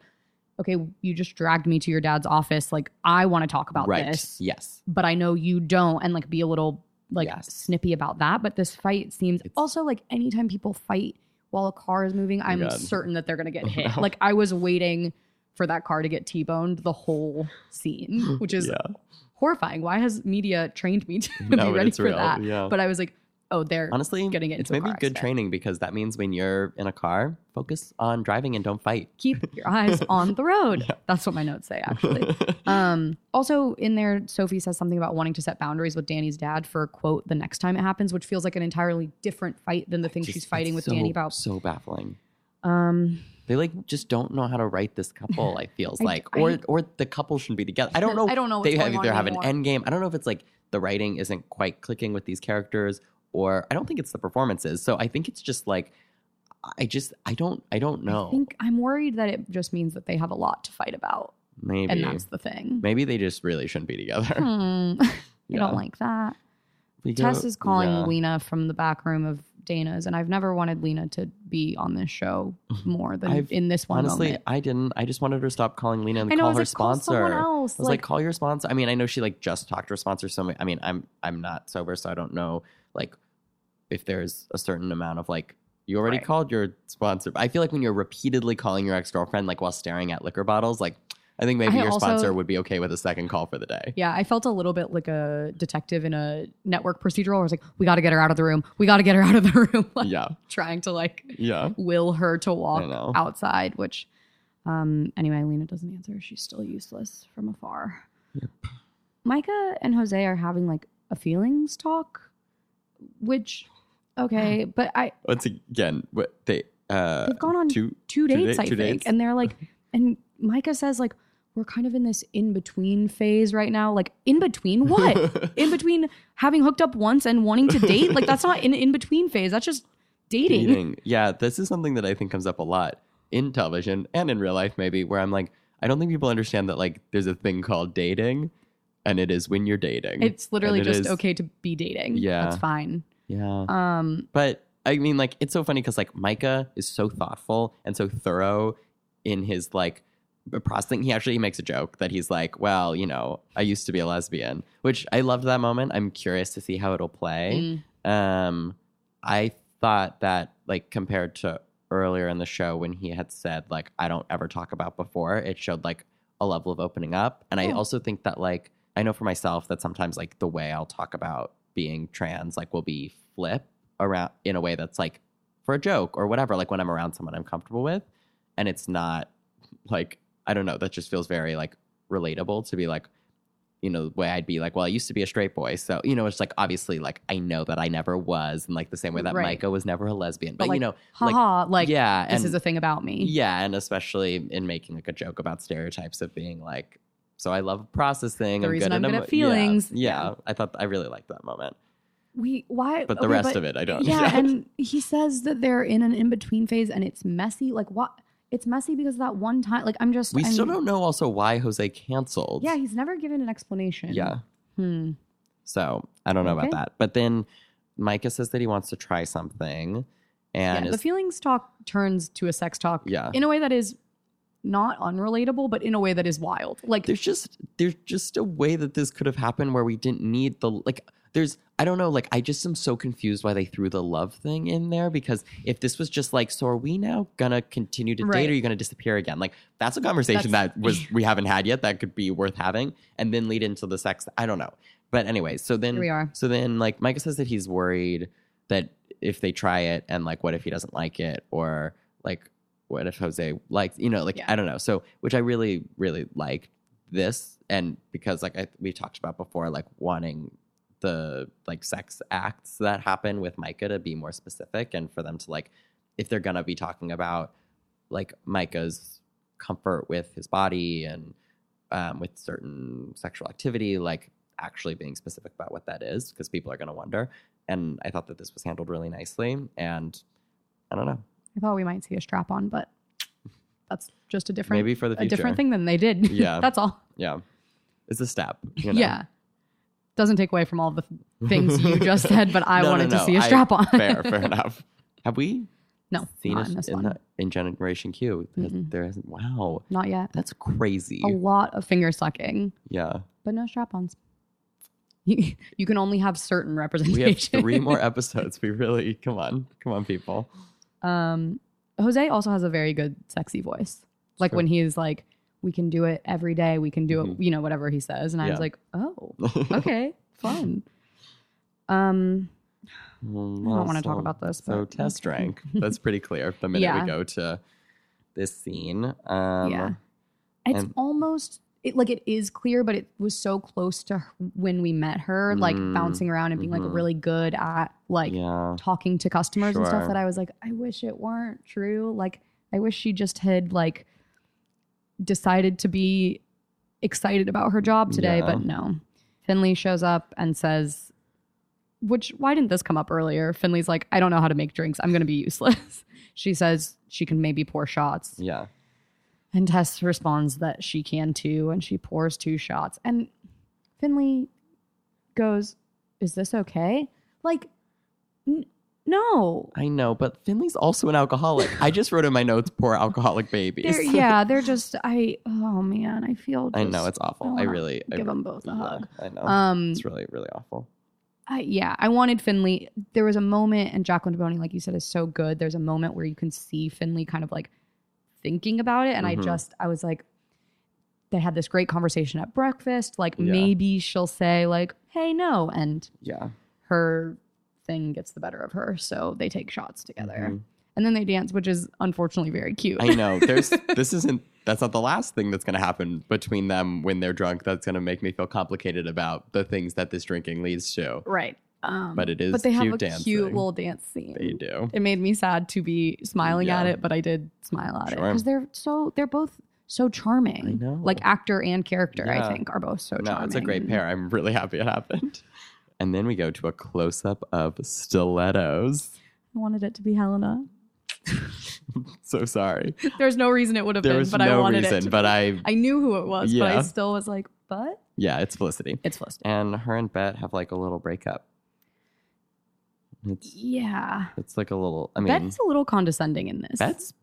okay, you just dragged me to your dad's office. Like, I want to talk about
right.
this,
Yes,
but I know you don't. And like, be a little like
Yes.
snippy about that. But this fight seems
It's- Oh
also like anytime people fight while a car is moving, I'm
God. Oh,
certain that they're going
[LAUGHS]
to get hit.
No.
Like, I was waiting for that car to get T boned the whole
[LAUGHS]
scene, which is
yeah.
[LAUGHS] horrifying. Why has media trained me [LAUGHS] to
No,
be
but
ready
it's
for
real.
that?
Yeah.
But I was like, oh, they're
Honestly,
getting it
it's
into a
maybe
car
good
accident.
training because that means when you're in a car, focus on driving and don't fight.
keep
[LAUGHS]
your eyes on the road. That's what my notes say, actually. Um, also, in there, Sophie says something about wanting to set boundaries with Danny's dad for, quote, the next time it happens, which feels like an entirely different fight than the thing
Just-
she's fighting
it's
with
so-
Danny about.
So baffling.
Um,
They like just don't know how to write this couple. I feels
[LAUGHS] I-
like,
I-
or or the couple shouldn't be together.
[LAUGHS]
I don't know.
I don't know what's
They
going
have,
on
either have an
anymore.
end game. I don't know if it's like the writing isn't quite clicking with these characters, or I don't think it's the performances. So I think it's just like, I just I don't I don't know.
I think I'm worried that it just means that they have a lot to fight about,
maybe
and that's the thing.
maybe they just really shouldn't be together.
Hmm. [LAUGHS] I
[LAUGHS] Yeah.
don't like that.
We
Tess
go-
is calling
yeah.
Lena from the back room of Dana's, and I've never wanted Lena to be on
[LAUGHS]
this show more than
I've-
in this one
Honestly,
moment.
I didn't. I just wanted her to stop calling Lena and
I know, I
call
was
her
like, call
sponsor.
someone
I
else.
was like, call your sponsor. I mean, I know she like just talked to her sponsor. So I mean, I'm I'm not sober, so I don't know like if there's a certain amount of like you already
Right.
called your sponsor. I feel like when you're repeatedly calling your ex girlfriend like while staring at liquor bottles, like I think maybe
I
your
also-
sponsor would be okay with a second call for the
[LAUGHS]
day.
Yeah, I felt a little bit like a detective in a network procedural. Where I was like, we got to get her out of the room. We got to get her out of the [LAUGHS] room. like,
Yeah,
Trying to like
yeah.
will her to
I
walk
know.
outside, which, um, anyway, Lena doesn't answer. She's still useless from afar.
Yep.
Micah and Jose are having like a feelings talk, which,
[SIGHS]
okay, but I,
Once again, what they uh
They've gone on
two
two
Two
dates,
da-
I
two
think.
dates?
And
[LAUGHS]
they're like, and Micah says, like, we're kind of in this in between phase right now. Like, in
[LAUGHS]
between what? in between having hooked up once and wanting to date? Like, that's not an in between phase. That's just dating.
Eating. Yeah, this is something that I think comes up a lot in television and in real life, maybe, where I'm like, I don't think people understand that like there's a thing called dating, and it is when you're dating.
It's literally
And it
just
is-
okay to be dating.
Yeah.
That's fine.
yeah,
Um,
but I mean, like, it's so funny because, like, Micah is so thoughtful and so thorough in his, like, b- processing. He actually makes a joke that he's like, well, you know, I used to be a lesbian, which I loved that moment. I'm curious to see how it'll play.
Mm.
Um, I thought that, like, compared to earlier in the show when he had said, like, I don't ever talk about before, it showed, like, a level of opening up. And I
Oh.
also think that, like, I know for myself that sometimes, like, the way I'll talk about being trans, like, will be flip around in a way that's like for a joke or whatever like when i'm around someone i'm comfortable with and it's not like i don't know that just feels very like relatable to be like you know the way i'd be like well i used to be a straight boy so you know it's like obviously like i know that i never was and like the same way that
Right.
micah was never a lesbian but,
But,
you know like,
haha, like,
yeah
this
and,
is a thing about me.
yeah and especially in making like a joke about stereotypes of being like so i love processing
The
I'm
reason
good
I'm
at
good
emo-
at feelings.
yeah, yeah
Yeah.
i thought i really liked that moment
We why?
but the
okay,
rest of it i don't [LAUGHS]
Yeah, and he says that they're in an in between phase and it's messy. Like what? It's messy because that one time. Like I'm just.
We
I'm-
still don't know also why Jose canceled.
Yeah, he's never given an explanation.
Yeah.
Hmm.
So I don't know
Okay.
about that. But then Micah says that he wants to try something. And
yeah,
is-
the feelings talk turns to a sex talk
Yeah.
in a way that is not unrelatable, but in a way that is wild. Like
there's just there's just a way that this could have happened where we didn't need the like there's I don't know, like I just am so confused why they threw the love thing in there because if this was just like, so are we now gonna continue to
Right.
date or are you gonna disappear again? Like that's a conversation
That's-
that was we haven't had yet that could be worth having and then lead into the sex I don't know. But anyway, so then
here we are.
So then, like, Micah says that he's worried that if they try it and, like, what if he doesn't like it? Or, like, what if Jose likes, you know, like,
Yeah.
I don't know. So, which I really, really liked this. And because, like, I, we talked about before, like, wanting the, like, sex acts that happen with Micah to be more specific and for them to, like, if they're going to be talking about, like, Micah's comfort with his body and um, with certain sexual activity, like, actually being specific about what that is because people are going to wonder. And I thought that this was handled really nicely. And I don't know,
I thought we might see a strap on, but that's just a different
maybe for the
a
future.
different thing than they did.
Yeah.
[LAUGHS] that's all.
Yeah, it's a step. you know?
Yeah. Doesn't take away from all the
[LAUGHS]
things you just said, but I
No, no,
wanted
no,
to see a
I-
strap on.
[LAUGHS] fair, fair enough. Have we
[LAUGHS] no,
seen
not
it
in this
in,
one.
the- in Generation Q? There-
Mm-mm. Oh.
There isn't. Wow,
Not yet.
that's crazy.
A lot of finger sucking, [LAUGHS]
Yeah,
but no strap ons. You, you can only have certain
we
representation.
have three more episodes. We really come on, come on, people.
[LAUGHS] Um, Jose also has a very good sexy voice. Like
Sure.
when he's like, "We can do it every day. We can do
Mhm.
it." You know, whatever he says, and I
Yeah.
was like,
[LAUGHS]
"Oh, okay, fun." Um, I don't want to talk about this.
So
but- [LAUGHS]
test rank. That's pretty clear the minute
Yeah.
we go to this scene. Um,
yeah, it's
and-
almost it, like it is clear, but it was so close to her- when we met her, like
Mm,
bouncing around and being like
mhm.
really good at like
yeah.
talking to customers and
Sure.
stuff that I was like, I wish it weren't true. Like, I wish she just had like decided to be excited about her job today,
Yeah.
but no. Finley shows up and says, which why didn't this come up earlier? Finley's like, I don't know how to make drinks. I'm gonna be useless. [LAUGHS] she says she can maybe pour shots.
Yeah.
And Tess responds that she can too, and she pours two shots. And Finley goes, Is this okay? Like, n- no.
I know, but Finley's also an alcoholic. I just wrote in my notes, poor alcoholic babies.
They're, yeah, they're just, I, oh man, I feel
[LAUGHS]
just,
I know, it's
I
awful. I,
wanna
really I
give
re-
them both a
yeah,
hug.
I know.
Um,
it's really, really awful.
I, yeah, I wanted Finley. There was a moment, and Jacqueline DeBoni, like you said, is so good. There's a moment where you can see Finley kind of like thinking about it. And
Mhm.
I just, I was like, they had this great conversation at breakfast. Like,
Yeah.
maybe she'll say, like, hey, no. And
Yeah.
her thing gets the better of her. So they take shots together.
Mhm.
And then they dance, which is unfortunately very cute.
I know. [LAUGHS] There's this isn't that's not the last thing that's gonna happen between them when they're drunk that's gonna make me feel complicated about the things that this drinking leads to.
right. Um,
But it is
But they have
cute
a
dancing.
cute little dance scene.
They do.
It made me sad to be smiling at
Yeah.
it, but I did smile at it
Sure.
because they're so they're both so charming.
I know.
Like actor and character,
Yeah.
I think, are both so
no,
charming.
it's a great pair. I'm really happy it happened. And then we go to a close up of stilettos.
I wanted it to be Helena.
So sorry.
[LAUGHS] There's no reason it would have
There
been,
was
but I
no
wanted it.
reason,
To
but
be.
I
I knew who it was, but
Yeah.
I still was like, but
yeah, it's Felicity.
it's Felicity.
and her and Bet have like a little breakup. It's
Yeah.
it's like a little. I mean,
Bet is a little condescending in this.
that's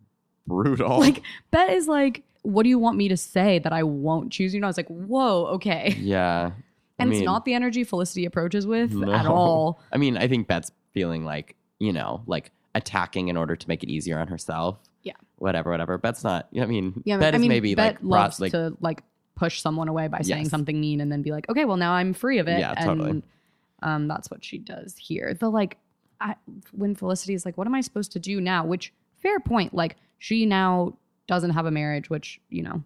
brutal.
like Bet is like, what do you want me to say that I won't choose you? And I was like, whoa, okay.
yeah, I
And
mean-
it's not the energy Felicity approaches with
No.
at all.
I mean, I think Bet's feeling like, you know, like attacking in order to make it easier on herself.
Yeah.
Whatever, whatever. Bet's not, I mean,
[LAUGHS] Yeah,
Bet
I
is
mean,
maybe
Bet
like,
loves
brought, like
to like push someone away by saying
Yes.
something mean and then be like, okay, well now I'm free of it.
Yeah,
and
totally.
um, that's what she does here. The like, I, when Felicity is like, what am I supposed to do now? Which fair point. Like she now doesn't have a marriage, which you know,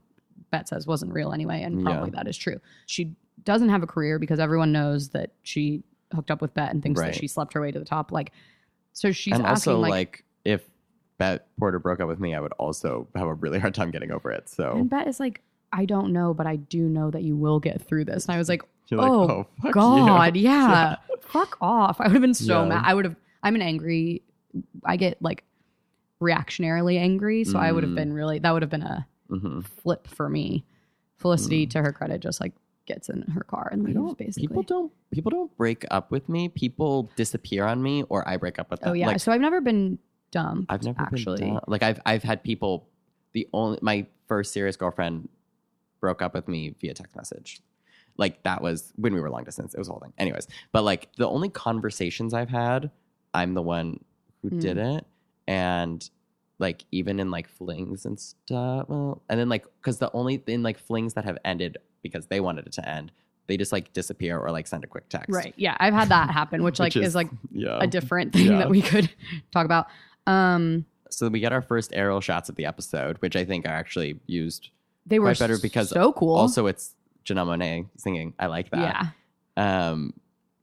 Bet says wasn't real anyway, and
Yeah.
probably that is true. She doesn't have a career because everyone knows that she hooked up with Bet and thinks
Right.
that she slept her way to the top. Like, so she's
and
asking
also like,
like,
if Bet Porter broke up with me, I would also have a really hard time getting over it. So
and Bet is like. I don't know, but I do know that you will get through this. And I
[LAUGHS]
was like,
you're like,
oh,
oh, fuck
God,
you. [LAUGHS]
yeah. Fuck off. I would have been so
Yeah.
mad. I would have I'm an angry I get like reactionarily angry, so I would have
Mm.
been really that would have been a
Mhm.
flip for me. Felicity to her credit just like gets in her car and
I
leaves
don't-
basically.
Mm. People don't. People don't break up with me. People disappear on me, or I break up with them.
oh yeah.
Like,
so I've never been dumped.
I've never
actually.
been down- like I've I've had people. The only my first serious girlfriend broke up with me via text message. Like that was when we were long distance. It was a whole thing. Anyways, but like the only conversations I've had, I'm the one who
Mm.
did it, and like even in like flings and stuff. Well, and then like because the only in like flings that have ended because they wanted it to end, they just like disappear or like send a quick text.
Right. Yeah. I've had that happen, which like
Which
is, [LAUGHS] like
yeah.
a different [LAUGHS] thing
Yeah.
that we could talk about. Um
so we get our first aerial shots of the episode, which I think are actually used
they were
Quite better because
so cool.
Also, it's Janelle Monet singing. I like that.
yeah.
Yeah. Um,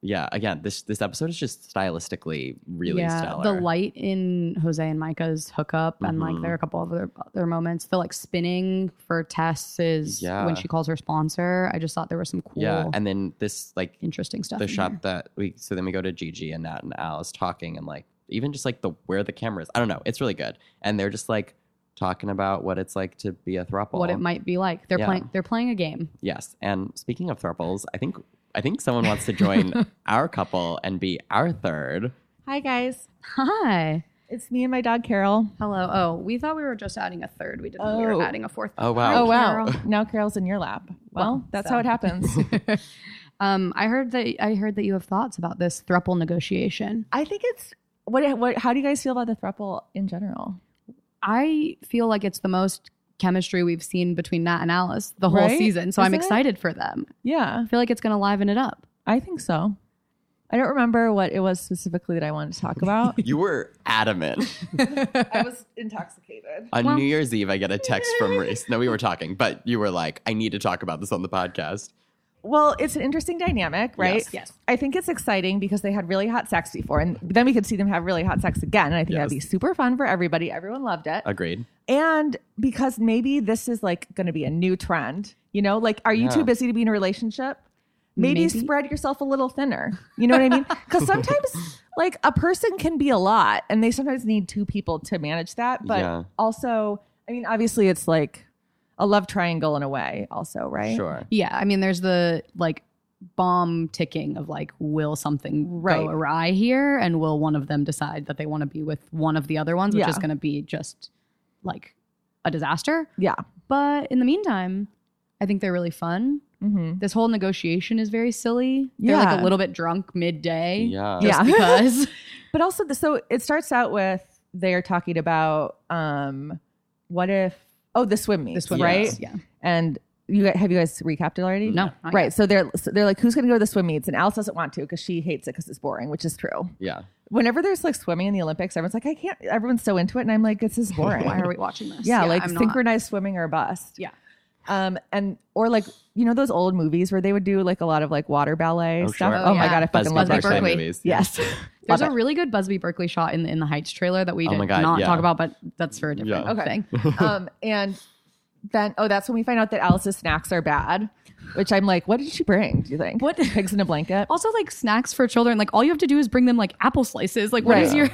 yeah. Again, this this episode is just stylistically really stellar.
The light in Jose and Micah's hookup, and like
Mhm.
there are a couple of other, other moments. The like spinning for Tess is
Yeah.
when she calls her sponsor. I just thought there was some cool,
Yeah. And then this like
interesting stuff.
the
in
shot
there.
that we so then we go to Gigi and Nat and Alice talking and like even just like the where the camera is. I don't know. It's really good. And they're just like talking about what it's like to be a throuple.
what it might be like. They're
Yeah.
playing. They're playing a game.
Yes. And speaking of thruples, I think I think someone wants to join
[LAUGHS]
our couple and be our third.
Hi guys,
Hi.
it's me and my dog Carol.
Hello. Oh, we thought we were just adding a third. We didn't. know We
Oh.
were adding a fourth.
Oh
Hi,
wow.
Oh wow,
Carol.
[LAUGHS] now Carol's in your lap. Well,
Well,
that's
so.
how it happens.
um, I heard that. I heard that you have thoughts about this thruple negotiation.
I think it's what, what. How do you guys feel about the throuple in general?
I feel like it's the most chemistry we've seen between Nat and Alice the whole
Right?
season. So I'm
Isn't it?
excited for them.
Yeah,
I feel like it's going to liven it up.
I think so. I don't remember what it was specifically that I wanted to talk [LAUGHS] about.
You were adamant.
I was intoxicated.
On
Well-
New Year's Eve, I get a text from Reese. No, we were talking, but you were like, I need to talk about this on the podcast.
Well, it's an interesting dynamic, right?
Yes.
Yes.
I think it's exciting because they had really hot sex before, and then we could see them have really hot sex again. And I think that'd be
Yes.
super fun for everybody. Everyone loved it.
Agreed.
And because maybe this is like going to be a new trend, you know, like are you
Yeah.
too busy to be in a relationship? Maybe,
Maybe.
spread yourself a little thinner. You know what
[LAUGHS]
I mean? Because sometimes, like, a person can be a lot and they sometimes need two people to manage that. But
Yeah.
also, I mean, obviously, it's like a love triangle in a way, also, right?
Sure.
Yeah, I mean, there's the like bomb ticking of like, will something
Right.
go awry here, and will one of them decide that they want to be with one of the other ones, which
Yeah.
is going to be just like a disaster.
Yeah.
But in the meantime, I think they're really fun.
hmm
This whole negotiation is very silly. They're like
Yeah.
a little bit drunk midday.
Yeah.
Yeah.
Because
But also, the, so it starts out with they're talking about um, what if, oh, the swim meet,
this one,
right?
Yeah.
And you guys, have you guys recapped it already?
No. not
Right.
yet.
So they're so they're like, who's going to go to the swim meets? And Alice doesn't want to because she hates it because it's boring, which is true.
Yeah.
Whenever there's like swimming in the Olympics, everyone's like, I can't. Everyone's so into it, and I'm like, this [LAUGHS] is boring.
Why are we watching this?
yeah, like
I'm not-
synchronized swimming or bust.
Yeah.
Um, and or like you know those old movies where they would do like a lot of like water ballet
Oh,
stuff.
sure.
Oh,
Oh,
my
yeah.
god, I fucking love
Busby
that.
Berkeley.
shit.
Berkeley
Berkeley.
movies.
[LAUGHS] Yes.
There's
Love
a
it.
really good Busby Berkeley shot in the in the Heights trailer that we
Oh
did
my God,
not
yeah.
talk about, but that's for a different
Yeah.
Okay. [LAUGHS]
thing.
um, and then oh, that's when we find out that Alice's snacks are bad, which I'm like, what did she bring? Do you think
What-
pigs in a blanket?
Also, like snacks for children, like all you have to do is bring them like apple slices. Like, what is
Right.
your?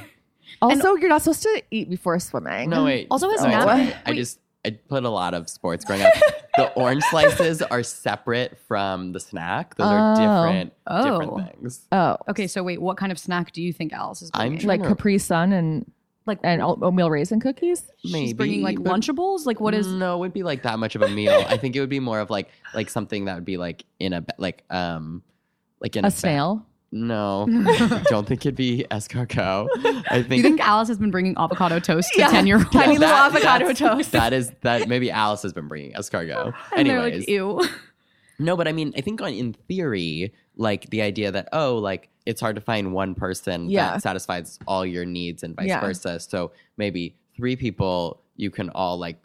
Also, you're not supposed to eat before swimming.
No, wait.
Also, as
Sorry,
Nat-
sorry. I
wait.
just, I put a lot of sports growing up. the orange slices are separate from the snack. Those are
Oh.
different,
Oh.
different things.
Oh,
Okay, so wait, what kind of snack do you think Alice is
I'm
bringing?
trying-
like
Sure.
Capri Sun and
Like-
like and oat- oatmeal raisin cookies.
she's
Maybe,
bringing like
but- Mm,
Lunchables. Like what is?
No, it would be like that much of a meal. I think it would be more of like like something that would be like in a ba- like um like in
A
ba-
snail.
[LAUGHS]
No, don't think it'd be escargot. I
Do you
think,
think Alice has been bringing avocado toast
[LAUGHS]
to
Yeah.
ten year olds?
[LAUGHS] Tiny little
That-
avocado [LAUGHS]
that's-
toast.
that is that maybe Alice has been bringing escargot.
[LAUGHS] And they're
Anyways,
like, ew.
No, but I mean, I think on, in theory, like the idea that oh, like it's hard to find one person
Yeah.
that satisfies all your needs and vice
Yeah.
versa. So maybe three people you can all like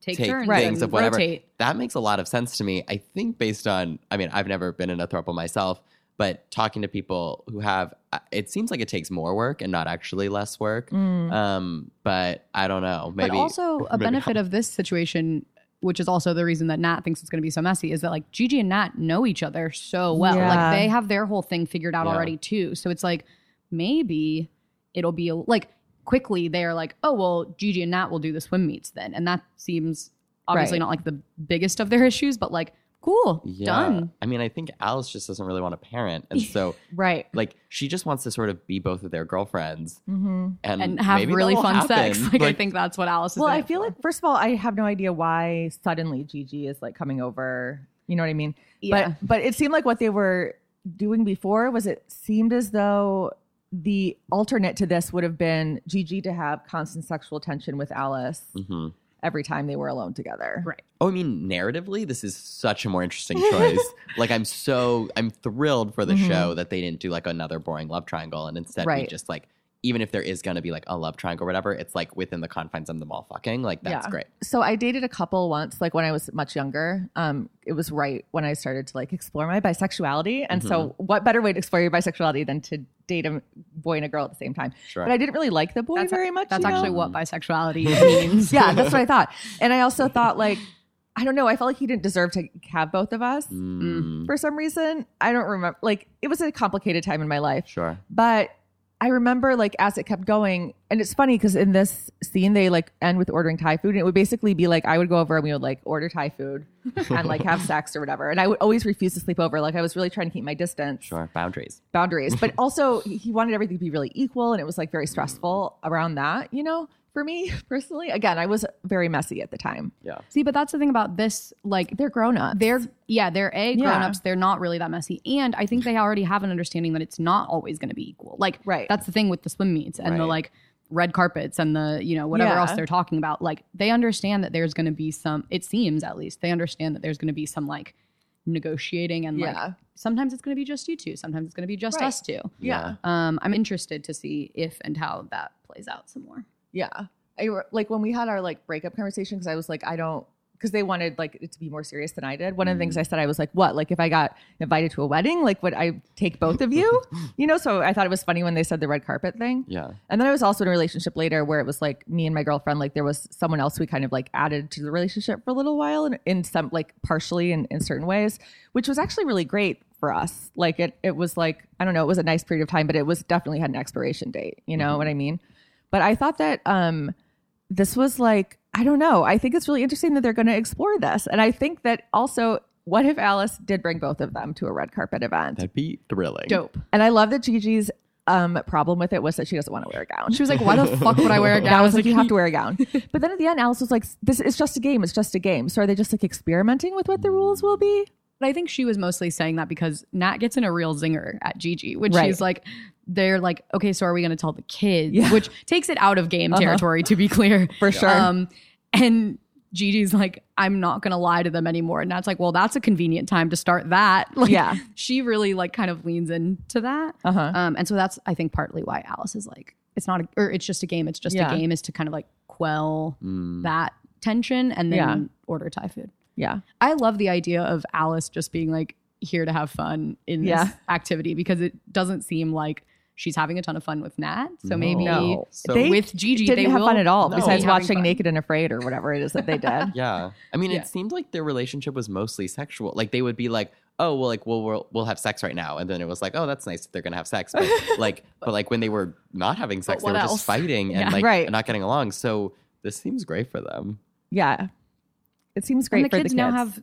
Take,
Take
turns
things
and
of whatever.
rotate.
that makes a lot of sense to me. I think based on, I mean, I've never been in a throuple myself, but talking to people who have, uh, it seems like it takes more work and not actually less work.
Mm.
Um, but I don't know. Maybe
Mm-hmm. but also
[LAUGHS]
a
maybe
benefit of this situation, which is also the reason that Nat thinks it's going to be so messy, is that like Gigi and Nat know each other so well.
Yeah.
Like they have their whole thing figured out
Yeah.
already too. So it's like maybe it'll be a, like quickly they are like, oh well, Gigi and Nat will do the swim meets then, and that seems obviously
Right.
not like the biggest of their issues, but like cool,
yeah.
done.
I mean, I think Alice just doesn't really want to parent, and so
[LAUGHS]
Right.
like she just wants to sort of be both of their girlfriends
Mm-hmm.
and,
And have
Mm, maybe
really
that'll
fun sex. [LAUGHS]
happen.
Like, I think that's what Alice is.
Well,
in
I
it
feel
for.
like first of all, I have no idea why suddenly Gigi is like coming over. You know what I mean?
yeah.
But but it seemed like what they were doing before was it seemed as though the alternate to this would have been Gigi to have constant sexual tension with Alice
Mhm.
every time they were alone together.
Right.
Oh, I mean, narratively, this is such a more interesting choice.
[LAUGHS]
like, I'm so I'm thrilled for the
Mm-hmm.
Mhm.
show that they didn't do like another boring love triangle, and instead we
Right.
just like, even if there is going to be like a love triangle, or whatever, it's like within the confines of them all fucking. Like, that's
Yeah.
great.
So I dated a couple once, like when I was much younger. Um, it was right when I started to like explore my bisexuality. And so what better way to explore your bisexuality than to date a boy and a girl at the same time?
Sure.
But I didn't really like the boy
That's-
very much.
That's
you know?
actually what bisexuality
[LAUGHS]
means.
yeah, that's what I thought. And I also thought like, I don't know, I felt like he didn't deserve to have both of us
Mm,
for some reason. I don't remember like it was a complicated time in my life.
Sure.
But I remember like as it kept going, and it's funny because in this scene they like end with ordering Thai food, and it would basically be like I would go over and we would like order Thai food and like have sex or whatever. And I would always refuse to sleep over. Like I was really trying to keep my distance
Sure. Boundaries.
boundaries. But also, he he wanted everything to be really equal, and it was like very stressful around that. You know, for me [LAUGHS] personally, again, I was very messy at the time.
See, but that's the thing about this. Like,
They're grown ups.
they're yeah, they're a
Yeah.
grown ups. They're not really that messy, and I think they already have an understanding that it's not always going to be equal. Like,
Right.
That's the thing with the swim meets and the
Right.
like red carpets and the you know whatever
Yeah.
else they're talking about. Like, they understand that there's going to be some. It seems at least they understand that there's going to be some like negotiating and like
Yeah.
sometimes it's going to be just you two, sometimes it's going to be just
Right.
us two.
Yeah.
Um, I'm interested to see if and how that plays out some more.
yeah. I re- like when we had our like breakup conversation because I was like, I don't. Because they wanted like it to be more serious than I did. One of the things I said, I was like, "What? Like, if I got invited to a wedding, like, would I take both of you?" you know. So I thought it was funny when they said the red carpet thing.
Yeah.
And then I was also in a relationship later where it was like me and my girlfriend, like there was someone else we kind of like added to the relationship for a little while and in some like partially in, in certain ways, which was actually really great for us. Like it it was like, I don't know, it was a nice period of time, but it was definitely had an expiration date. You know what I mean? But I thought that um this was like, I don't know. I think it's really interesting that they're gonna explore this. And I think that also what if Alice did bring both of them to a red carpet event?
That'd be thrilling.
Dope.
And I love that Gigi's um, problem with it was that she doesn't want to wear a gown.
She was like, "Why the fuck would I wear a gown?"
[LAUGHS] I was like, you have to wear a
[LAUGHS]
gown. But then at the end, Alice was like, this is just a game. It's just a game. So are they just like experimenting with what the rules will be?
But I think she was mostly saying that because Nat gets in a real zinger at Gigi, which
Right.
she's like, they're like, okay, so are we going to tell the kids?
Yeah.
Which takes it out of game
Uh-huh.
territory, to be clear.
For sure.
Um, and Gigi's like, I'm not going to lie to them anymore. And Nat's like, well, that's a convenient time to start that. [LAUGHS] [LAUGHS] Like,
Yeah.
She really like kind of leans into that.
Uh-huh.
Um, and so that's, I think, partly why Alice is like, it's not, a, or it's just a game. It's just
Yeah.
a game is to kind of like quell
Mm,
that tension and then
Yeah.
order Thai food.
Yeah.
I love the idea of Alice just being like here to have fun in this
Yeah.
activity because it doesn't seem like she's having a ton of fun with Nat. So
No.
maybe
No.
So-
They
with Gigi,
Didn't
they
have
will
fun at all
No.
besides
be having
watching
fun.
Naked and Afraid or whatever it is that they
[LAUGHS]
did.
Yeah. I mean,
Yeah.
it seemed like their relationship was mostly sexual. Like they would be like, "Oh, well, like we'll we'll, we'll have sex right now," and then it was like, "Oh, that's nice. that They're gonna have sex."
[LAUGHS]
But like, but like when they were not having sex, they
what
were
else?
just fighting and
Yeah.
like
Right.
not getting along. So this seems great for them.
yeah, it seems great
and the
for
kids,
the
now
kids.
have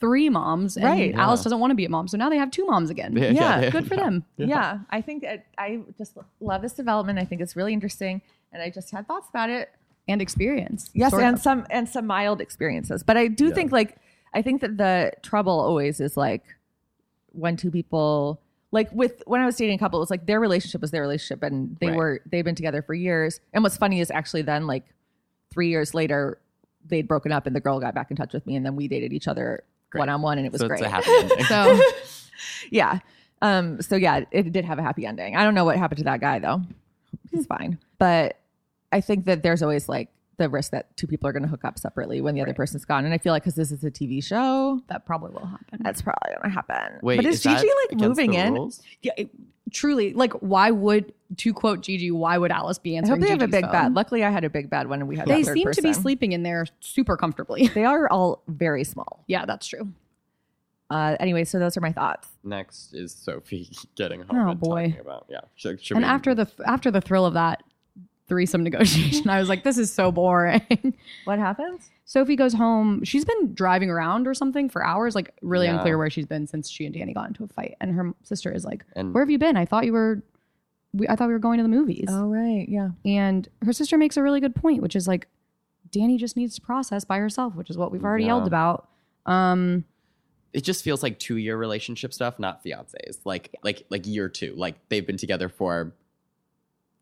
three moms, and
Right.
Alice
Yeah.
doesn't want to be a mom, so now they have two moms again.
Yeah,
yeah,
yeah.
good for them.
yeah. I think it, I just love this development. I think it's really interesting, and I just had thoughts about it.
And experience.
Yes,
sort
and
of.
some and some mild experiences. But I do
Yeah.
think like I think that the trouble always is like when two people like with when I was dating a couple, it was like their relationship was their relationship and they
Right.
were they've been together for years. And what's funny is actually then like three years later they'd broken up and the girl got back in touch with me and then we dated each other
Great.
one on one and it was
so
great.
it's a happy ending.
[LAUGHS]
[LAUGHS]
so
yeah. Um so yeah, it did have a happy ending. I don't know what happened to that guy though. He's fine. But I think that there's always like the risk that two people are going to hook up separately when the other
Right.
person's gone. And I feel like cuz this is a TV show,
that probably will happen.
that's probably going to happen.
[LAUGHS] Wait,
but is,
that
Gigi like
against
moving
the
in?
rules?
yeah, it- truly, like, why would to quote Gigi? Why would Alice be
I hope
answering?
they have a
Gigi's
big
phone?
bed. Luckily I had a big bed when we had
They
that third
seem to be
person.
sleeping in there super comfortably. [LAUGHS]
They are all very small.
yeah, that's true.
Uh anyway, so those are my thoughts.
Next is Sophie [LAUGHS] getting home.
Oh,
and
boy.
talking About yeah. Should, should
and
we-
after the after the thrill of that threesome [LAUGHS] negotiation, I was like, this is so boring. [LAUGHS]
What happens?
Sophie goes home. She's been driving around or something for hours, like really
Yeah.
unclear where she's been since she and Danny got into a fight. And her sister is like,
and
"Where have you been? I thought you were, we, I thought we were going to the movies."
Oh right, yeah.
And her sister makes a really good point, which is like, Danny just needs to process by herself, which is what we've already
Yeah.
yelled about. Um,
it just feels like two year relationship stuff, not fiancés. Like like like year two. Like they've been together for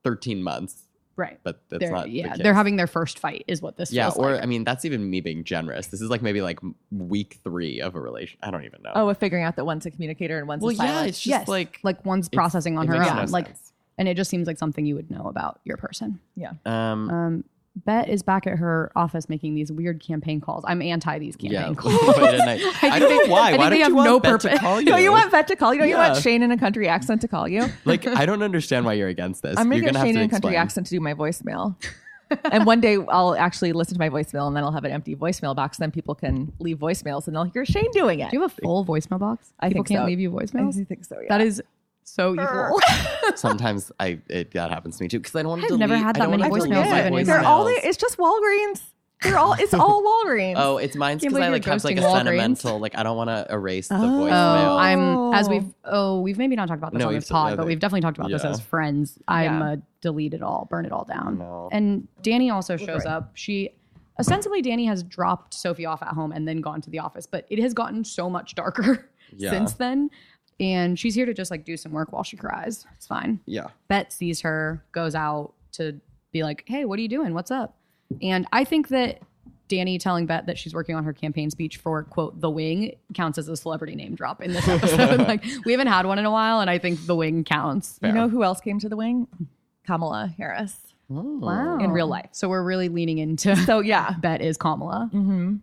thirteen months,
right.
but that's
They're,
not.
yeah,
the
they're
case.
having their first fight, is what this.
Yeah,
feels
or
like.
I mean, that's even me being generous. This is like maybe like m- week three of a relation. I don't even know.
Oh, with figuring out that one's a communicator and one's
well,
a
yeah,
silent.
it's just
Yes,
like
like one's processing on
it
her
makes
own,
no
like,
sense.
and it just seems like something you would know about your person.
um,
Um, Bet is back at her office making these weird campaign calls. I'm anti these
[LAUGHS]
campaign
yeah,
calls. [LAUGHS]
late at night. I
I think
don't know
they-
why.
I think
why
they
don't
have
you want
[LAUGHS] no
Ben
purpose.
to call you?
Don't you want Vet to call you? Don't you
Yeah.
want Shane in a country accent to call you?
like I
[LAUGHS]
don't understand why you're against this.
I'm
You're
gonna get
gonna have
Shane
to
in a country
explain.
accent to do
[LAUGHS]
my voicemail. and one day I'll actually listen to my voicemail and then I'll have an empty voicemail box. Then people can leave voicemails and they'll hear Shane doing it.
Do you have a full voicemail box?
I
People
think
can't
so.
leave you
I [LAUGHS]
voicemails.
do think so. Yeah.
That is so evil.
Sometimes I it, that happens to me too because I don't want to.
I've never
delete-
had
I
that
don't wanna
many
I
delete
voicemails
my
I've
forget.
been in
They're all
voicemails.
the, it's just Walgreens. They're all
[LAUGHS]
it's all Walgreens.
Oh, it's mine's
Can't
because I
believe
like
you're
have like a
ghosting Walgreens.
sentimental like I don't want to erase the
Oh.
voicemail.
Oh, I'm as
Oh.
we've oh we've maybe not talked about this
No,
on
we've
this pod,
said- I
but
think-
we've definitely talked about this
yeah.
as friends. I'm
Yeah.
a delete it all, burn it all down.
No.
And Danny also shows
right.
up. She ostensibly Danny has dropped Sophie off at home and then gone to the office, but it has gotten so much darker [LAUGHS]
Yeah.
since then. And she's here to just like do some work while she cries. It's fine.
yeah,
Bet sees her, goes out to be like, hey, what are you doing? What's up? And I think that Danny telling Bet that she's working on her campaign speech for, quote, The Wing counts as a celebrity name drop in this [LAUGHS] episode. like, we haven't had one in a while, and I think The Wing counts.
you know who else came to the wing? Kamala Harris
Oh.
Wow.
in real life.
So we're really leaning into [LAUGHS]
So yeah.
Bet is Kamala.
Mm-hmm.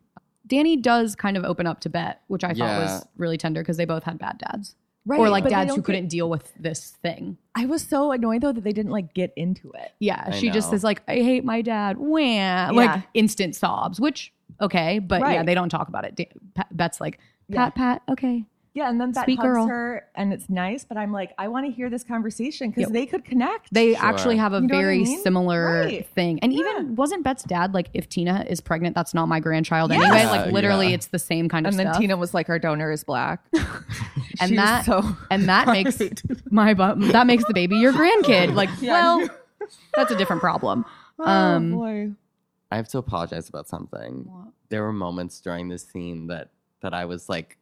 Danny does kind of open up to Bet, which I
Yeah.
thought was really tender because they both had bad dads.
Right.
or like
but they
dads who
don't get-
couldn't deal with this thing.
I was so annoyed though that they didn't like get into it.
Yeah,
I
she just
know.
is like, I hate my dad. Wah.
Yeah.
Like instant sobs, which, okay, but yeah,
Right.
they don't talk about it. Da- Pat, Bet's like,
Yeah.
Pat, Pat, okay.
Yeah, and then that
Sweet
hugs
girl.
her, and it's nice. But I'm like, I want to hear this conversation because
Yeah.
they could connect.
They
Sure.
actually have a
You know what I
very
mean?
similar
Right.
thing. And
Yeah.
even wasn't Bet's dad like, if Tina is pregnant, that's not my grandchild
Yes.
anyway?
Yeah,
Like literally,
yeah.
it's the same kind of
and then
stuff.
Tina was like, "Our donor is [LAUGHS] black,"
And
She was
that-
so
and
[LAUGHS]
that makes my bu- that makes the baby your grandkid. Like, well, that's a different problem. Um,
boy.
I have to apologize about something. There were moments during this scene that that I was like,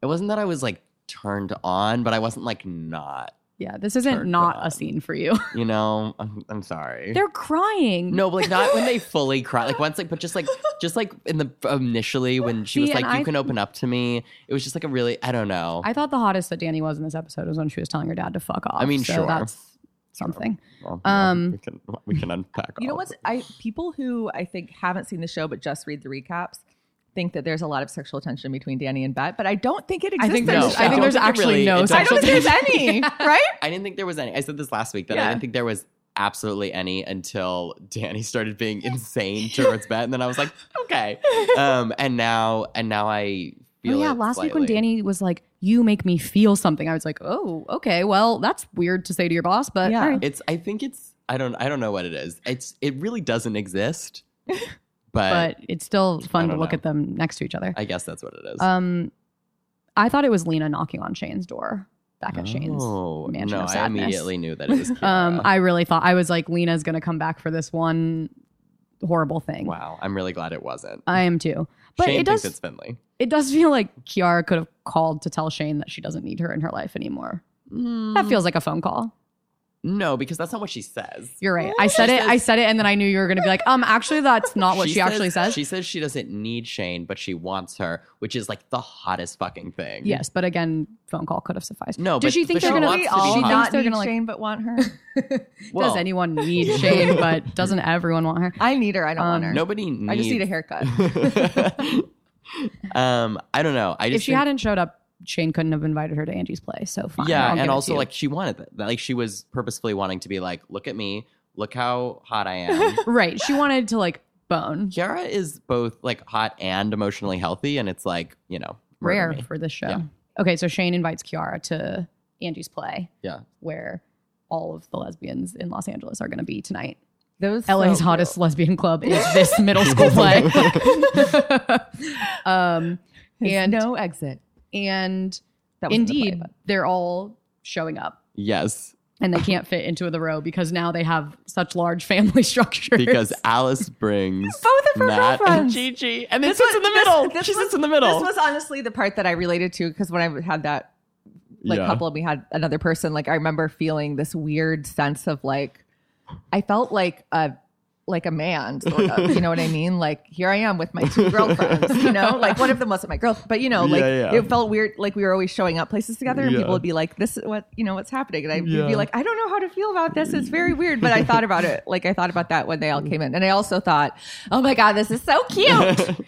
it wasn't that I was like turned on, but I wasn't like not.
Yeah, this isn't
Turned
not
on.
a scene for you. [LAUGHS]
You know, I'm, I'm sorry.
They're crying.
no, but like not
[LAUGHS]
when they fully cry. Like once, like but just like just like in the initially when she was
See,
like,
and
"You
I-
can open up to me." It was just like a really, I don't know.
I thought the hottest that Danny was in this episode was when she was telling her dad to fuck off.
I mean,
so
sure.
that's something.
Well, yeah,
um,
we can we can unpack.
You know
all of
what's I people who I think haven't seen the show but just read the recaps think that there's a lot of sexual tension between Danny and Bet, but I don't think it exists.
I think
in the
No,
there's, I think
show.
there's
I don't think it
actually
really-
no
it
I
sexual
don't think there's
[LAUGHS]
any, right?
I didn't think there was any. I said this last week that I
Yeah.
didn't think there was absolutely any until Danny started being insane towards Bet, and then I was like, okay. Um, and now and now I feel
Oh yeah,
it
last week when
slightly.
Danny was like, "You make me feel something," I was like, "Oh, okay. Well, that's weird to say to your boss, but
Yeah.
all right. [LAUGHS]
it's I think it's I don't I don't know what it is. It's it really doesn't exist. but,
but it's still fun to
don't
look
know.
at them next to each other.
I guess that's what it is.
um, I thought it was Lena knocking on Shane's door back at Shane's.
oh,
mansion
no,
of
I
sadness.
immediately knew that it
[LAUGHS]
was
Um,
Kiara.
I really thought I was like Lena's gonna come back for this one horrible thing.
wow, I'm really glad it wasn't.
I am too, but
Shane
it does
thinks it's Finley.
it does feel like Kiara could have called to tell Shane that she doesn't need her in her life anymore.
Hmm.
That feels like a phone call.
No, because that's not what she says.
You're right. I said it. I said it, and then I knew you were gonna be like, um, actually, that's not what she, actually says.
She says she doesn't need Shane, but she wants her, which is like the hottest fucking thing.
Yes, but again, phone call could have sufficed.
No,
does
but-
she
but
think they're
she
gonna?
wants
we
to be
all
she
hot.
thinks
not
they're
need
gonna like.
Shane, but
[LAUGHS]
want her.
Well,
Does anyone
[LAUGHS]
need Shane? But doesn't everyone want her?
I need her. I don't want
Um,
her.
Nobody needs.
I just need a haircut.
[LAUGHS]
[LAUGHS]
um, I don't know. I just
if she
think-
hadn't showed up, Shane couldn't have invited her to Angie's play. So fine. I'll
yeah,
give it
and
to
also
you.
like she wanted that. Like she was purposefully wanting to be like, look at me, look how hot I
[LAUGHS]
am.
right, she wanted to like bone.
Kiara is both like hot and emotionally healthy, and it's like you know murder
Rare
me.
for this show.
Yeah.
Okay, so Shane invites Kiara to Angie's play.
Yeah.
where all of the lesbians in Los Angeles are going to be tonight.
Those
LA's
so-
hottest lesbian club is
[LAUGHS]
this middle school play. um,
There's
and
no exit.
and
That wasn't the play,
indeed,
but-
they're all showing up. [LAUGHS]
Yes,
and they can't fit into the row because now they have such large family [LAUGHS] structures.
because Alice brings
Both of her
Matt and
girlfriends.
Gigi, and this
This
sits in the
was-
middle.
this- this
she
was-
sits in the middle.
This was honestly the part that I related to because when I had that like
Yeah.
couple and we had another person, like I remember feeling this weird sense of like I felt like a like a man, sort of, you
[LAUGHS]
know what I mean? Like here I am with my two girlfriends, you know? Like one of them wasn't my girlfriend, but you know, like
Yeah, yeah.
it felt weird. Like we were always showing up places together, and
Yeah.
people would be like, "This is what you know, what's happening," and I'd
Yeah.
be like, "I don't know how to feel about this. It's very weird." But I thought about it. Like I thought about that when they all came in, and I also thought, "Oh my god, this is so cute."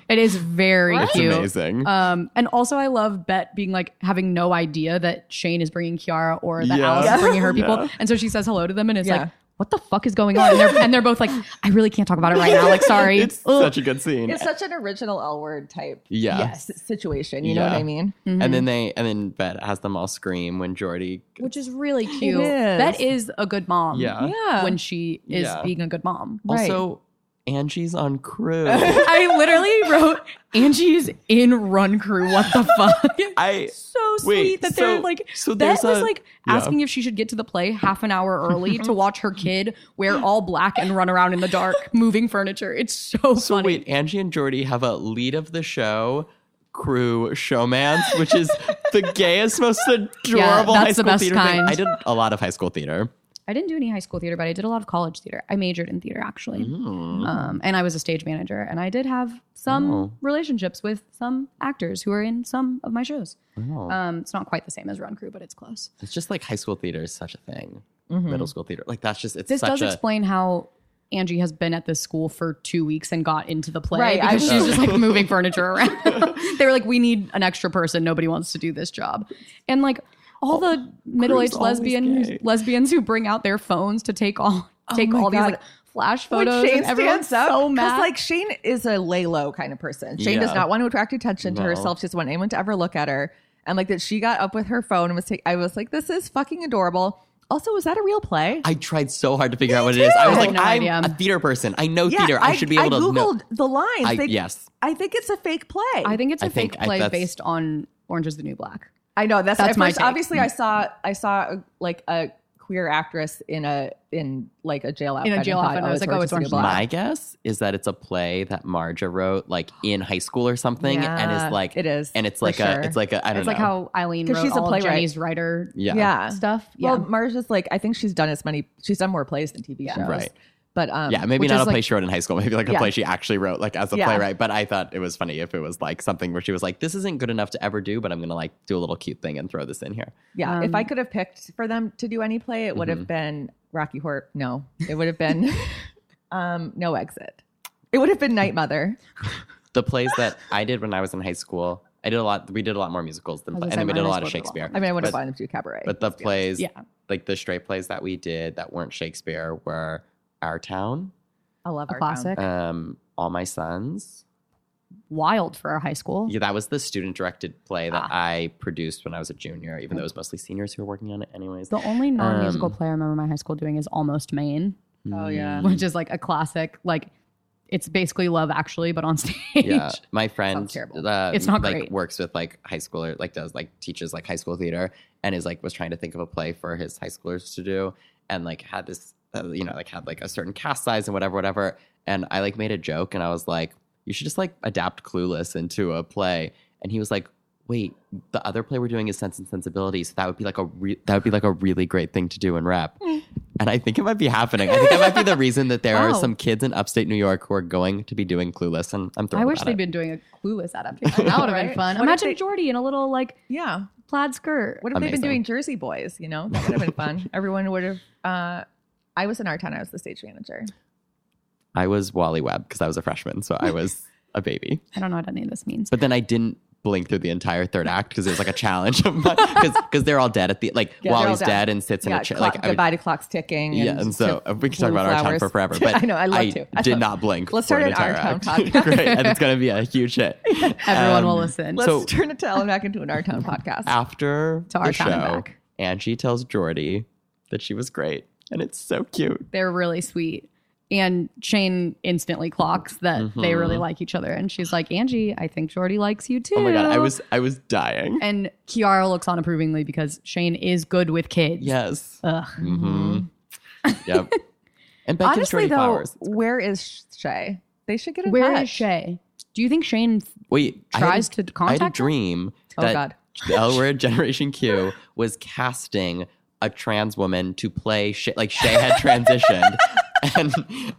it is very
Right?
It's
cute.
amazing.
Um, and also, I love Bet being like having no idea that Shane is bringing Kiara or that
Yeah.
Alice is bringing her people,
Yeah.
and so she says hello to them, and it's
Yeah.
like, what the fuck is going on? And they're, and they're both like, I really can't talk about it right now. Like, sorry.
it's
Ugh.
such a good scene.
It's such an original L word type.
Yeah.
Yes, situation. You know
Yeah.
what I mean?
And then they, and then Bet has them all scream when Jordy.
which is really cute.
is.
Bet is a good mom.
Yeah.
Yeah.
When she is
Yeah.
being a good mom. [LAUGHS]
Also, Angie's on crew.
I literally wrote Angie's in Run Crew. What the [LAUGHS] fuck?
I
so sweet
Wait,
that they're
so-
like
so
Bet
there's
was
a-
like
yeah.
asking if she should get to the play half an hour early to watch her kid wear all black and run around in the
[LAUGHS]
dark moving furniture. It's so,
so
funny.
wait, Angie and Jordy have a lead of the show crew showmance, which is
[LAUGHS]
the gayest, most adorable
that's
high
the
school
best
theater thing.
kind.
I did a lot of high school theater.
I didn't do any high school theater, but I did a lot of college theater. I majored in theater actually.
Mm.
Um, and I was a stage manager and I did have some
Oh.
relationships with some actors who are in some of my shows.
Wow.
Um, it's not quite the same as Run Crew, but it's close.
it's just like high school theater is such a thing.
Mhm.
Middle school theater, like that's just it's
Mm-hmm. This
such
does
a.
explain how Angie has been at this school for two weeks and got into the play
Right, I
because
was-
she's just like
[LAUGHS]
moving furniture around. [LAUGHS] they were like, "We need an extra person. Nobody wants to do this job," and like all the middle-aged
always
lesbian
gay.
lesbians who bring out their phones to take all take
Oh my
all these
God.
like flash
When
photos.
Shane
and everyone's
stands up,
so
'cause,
mad.
like Shane is a lay low kind of person. Shane
Yeah.
does not want to attract attention to
No.
herself. She doesn't want anyone to ever look at her. And like that, she got up with her phone and was. Take, I was like, this is fucking adorable. Also, was that a real play?
I tried so hard to figure out what it is. I was
I had
like,
no
I'm
idea.
a theater person. I know theater. I, should be able
I
to know.
googled the lines.
I,
they,
yes,
I think it's a fake play.
I think it's a
I think
fake
I-
play
that's-
based on Orange Is the New Black.
I know that's,
That's
at
my
first,
take.
obviously I saw I saw uh, like a queer actress in a in like a jail outfit
a jail
and
outfit, and I was like, oh, it's
Orange is the New
Orange is
My guess is that it's a play that Marja wrote like in high school or something and
Yeah,
is like
it is,
and it's
for
like
sure.
a it's like a I don't
It's
know.
like how Eileen
'Cause
wrote
she's a
all of
playwright.
Jenny's writer
yeah.
yeah.
stuff.
Well, Marja's like I think she's done as many she's done more plays than TV shows.
Right.
But um
yeah, maybe
which
not
is
a play
like-
she wrote in high school. Maybe like a
Yeah.
play she actually wrote, like as a
Yeah.
playwright. But I thought it was funny if it was like something where she was like, "This isn't good enough to ever do, but I'm gonna like do a little cute thing and throw this in here."
yeah, if
Um,
I could have picked for them to do any play, it would
Mm-hmm.
have been Rocky Horror. No, it would have been [LAUGHS] um No Exit. It would have been Night Mother.
The plays
[LAUGHS]
that I did when I was in high school, I did a lot. We did a lot more musicals than,
I was
play,
gonna
and
say,
then we
my
did a
high
lot of
school did a lot.
Shakespeare.
I mean, I would have
But-
wanted to do cabaret.
But the plays,
yeah.
like the straight plays that we did that weren't Shakespeare, were Our Town,
I love
A
our town.
classic.
um, All My Sons.
Wild for our high school.
Yeah, that was the student directed play that I produced when I was a junior, even though it was mostly seniors who were working on it, anyways.
The only non-musical
Um,
play I remember my high school doing is Almost Maine,
Oh, yeah.
Mm.
which is like a classic, like it's basically love actually, but on [LAUGHS] stage.
Yeah,
[LAUGHS]
my friend,
Sounds terrible.
uh,
It's not
like
great.
works with like high schooler, like does like teaches like high school theater, and is like was trying to think of a play for his high schoolers to do, and like had this, uh, you know, like had like a certain cast size and whatever, whatever. And I like made a joke, and I was like, you should just like adapt Clueless into a play, and he was like. Wait, the other play we're doing is Sense and Sensibility, so that would be like a re- that would be like a really great thing to do in rep,
Mm.
and I think it might be happening. I think that might be the reason that there
[LAUGHS]
are
Wow.
some kids in upstate New York who are going to be doing Clueless, and I'm thrilled.
I wish
about
they'd
it.
been doing a clueless adaptation. That would have been
Right?
fun.
What if
Imagine
they-
Jordy in a little like
Yeah.
plaid skirt.
What have they
Amazing.
been doing Jersey Boys? You know, that would have
[LAUGHS]
been fun. Everyone would have. Uh, I was in our town. I was the stage manager.
I was Wally Webb because I was a freshman, so I
[LAUGHS]
was a baby.
I don't know what any of this means.
But then I didn't blink through the entire third act because it was like a challenge of my because they're all dead at the like
Yeah, they're all
Wally's
dead.
dead and sits in
yeah,
a chair.
clock-
Like
the
I would-
body clock's ticking.
yeah, and so uh, we can talk
blue
about our town for forever.
flowers.
But
[LAUGHS] I know, I love to. I
did
love-
not blink.
Let's
for
start
an
an Our
entire act. [LAUGHS]
Town podcast.
Great, and it's gonna be a huge
[LAUGHS]
hit.
Everyone will
Um,
listen.
let's
so-
turn it to Ellen back into an Our Town podcast.
After
To Our
the
Town and
show,
back.
Angie tells Jordy that she was great, and it's so cute.
They're really sweet. And Shane instantly clocks that they really
Mhm.
like each other. And she's like, Angie, I think Jordy likes you too.
Oh my god, I was I was dying.
And Kiara looks on approvingly because Shane is good with kids.
Yes.
Ugh.
hmm
[LAUGHS]
yep. And Beck gives
Honestly,
Jordy
though,
flowers.
where is Shay? They should get in
Where
touch.
is Shay? Do you think Shane
Wait, I had a-
tries to
I had a
contact her?
dream
Oh
that [LAUGHS]
God,
the L word Generation Q was casting a trans woman to play Shay, like Shay
[LAUGHS]
had transitioned, and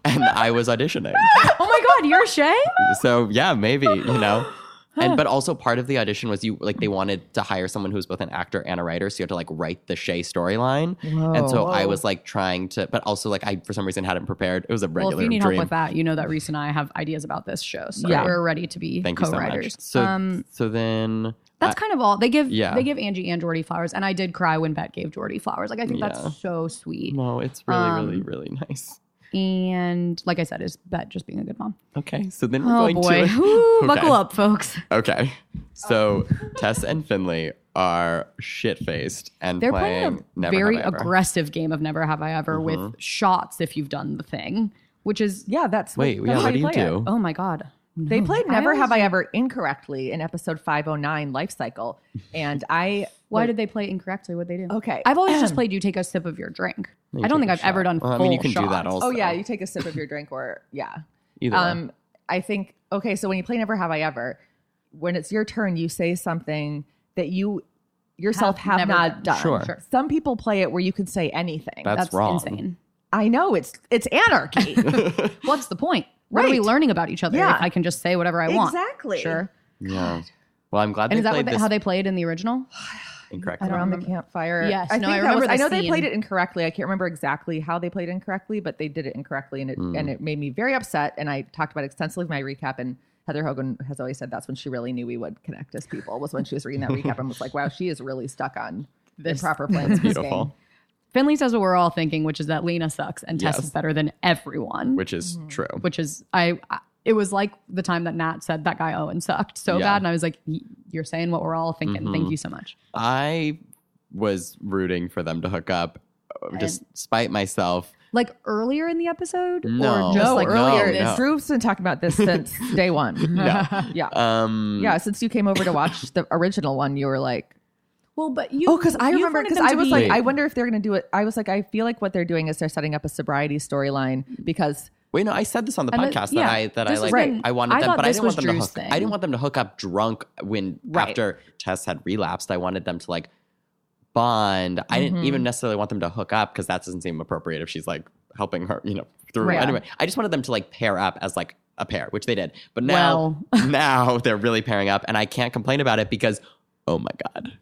and I was auditioning.
Oh my God, you're Shay?
So yeah, maybe you know. And but also part of the audition was you like they wanted to hire someone who was both an actor and a writer, so you had to like write the Shay storyline. And so I was like trying to, but also like I for some reason hadn't prepared. It was a regular
Well, if you need
dream.
help with that, you know that Reese and I have ideas about this show. So
Yeah.
we're ready to be
Thank you so
co-writers.
much. So
um,
so then
that's kind of all. They give
Yeah.
they give Angie and Jordy flowers. And I did cry when Bet gave Jordy flowers. Like I think
Yeah.
that's so sweet.
no, it's really really
um,
really [LAUGHS] nice.
And like I said, is Bet just being a good mom.
Okay, so then we're
Oh
going [LAUGHS]
boy.
to
Ooh,
Okay.
Buckle up, Um, folks.
Okay. So Tess and Finley are shit faced and
They're
playing,
playing a
Never
very
Have I Ever. Mm-hmm.
aggressive game of Never Have I Ever with shots if you've done the thing, which is
yeah, that's
Wait,
that's
yeah,
how
what do you
play it.
do?
oh my god.
They
No.
played
I
Never
always-
Have Hmm. I Ever incorrectly in episode 509 Life
[LAUGHS]
Cycle. And I.
Why did they play incorrectly? What they do?
Okay.
I've always
[CLEARS THROAT]
just played. You take a sip of your drink.
You
I don't
take
think
a
I've ever
shot.
done.
Well, I mean, you
full
can do that
shots.
also.
Oh, yeah. You take a sip of your drink or. Yeah.
Either way.
Um, I think. Okay. So when you play Never Have I Ever, when it's your turn, you say something that you yourself have,
never
not done.
Sure.
Sure.
Some people play it where you can say anything.
That's-
That's
wrong.
insane.
I know it's it's anarchy.
What's the point? What are we
Right.
learning about each other?
Yeah.
If I can just say whatever I want.
exactly.
Sure.
yeah. Well, I'm glad
And
they
is that
played
what they,
this
how they played in the original?
incorrectly.
I don't
around the
remember.
campfire.
Yes,
I
no,
think
I
that
remember
was.
the
I know they played
scene.
it incorrectly. I can't remember exactly how they played it incorrectly, but they did it incorrectly, and it
Mm.
and it made me very upset. And I talked about it extensively in my recap. And Heather Hogan has always said that's when she really knew we would connect as people was when she was reading that recap and was like, "Wow, she is really stuck on
This-
improper plans." It's
Beautiful.
Finley says what we're all thinking, which is that Lena sucks and Tess
Yes.
is better than everyone.
Which is
Mm-hmm.
true.
which is I, I it was like the time that Nat said that guy Owen sucked so
Yeah.
bad, and I was like, "Y- "You're saying what we're all thinking." Thank
Mhm.
you so much.
I was rooting for them to hook up uh, just spite myself.
Like earlier in the episode,
No.
or just
No,
like
earlier,
no.
Drew's been talking about this since day one.
No. [LAUGHS]
Yeah,
Um,
yeah. Since you came over to watch the original one, you were like,
Well, but you.
Oh, because I
you
remember
wanted
because
them
I
to
was
be-
like,
Wait.
I wonder if they're going to do it. I was like, I feel like what they're doing is they're setting up a sobriety storyline because
Wait, no, I said this on the
And the-
podcast
yeah,
that I that
this
I
was
like.
when-
I wanted
I
them,
thought
but I
this
didn't want
was
them to
Drew's
hook. I
thing.
didn't want them to hook up drunk when
Right.
after Tess had relapsed. I wanted them to like bond. I didn't
Mm-hmm.
Mhm.
even necessarily want them to hook up because that doesn't seem appropriate if she's like helping her, you know, through.
Right.
Anyway, I just wanted them to like pair up as like a pair, which they did. But now,
well, [LAUGHS]
now they're really pairing up, and I can't complain about it because oh my god.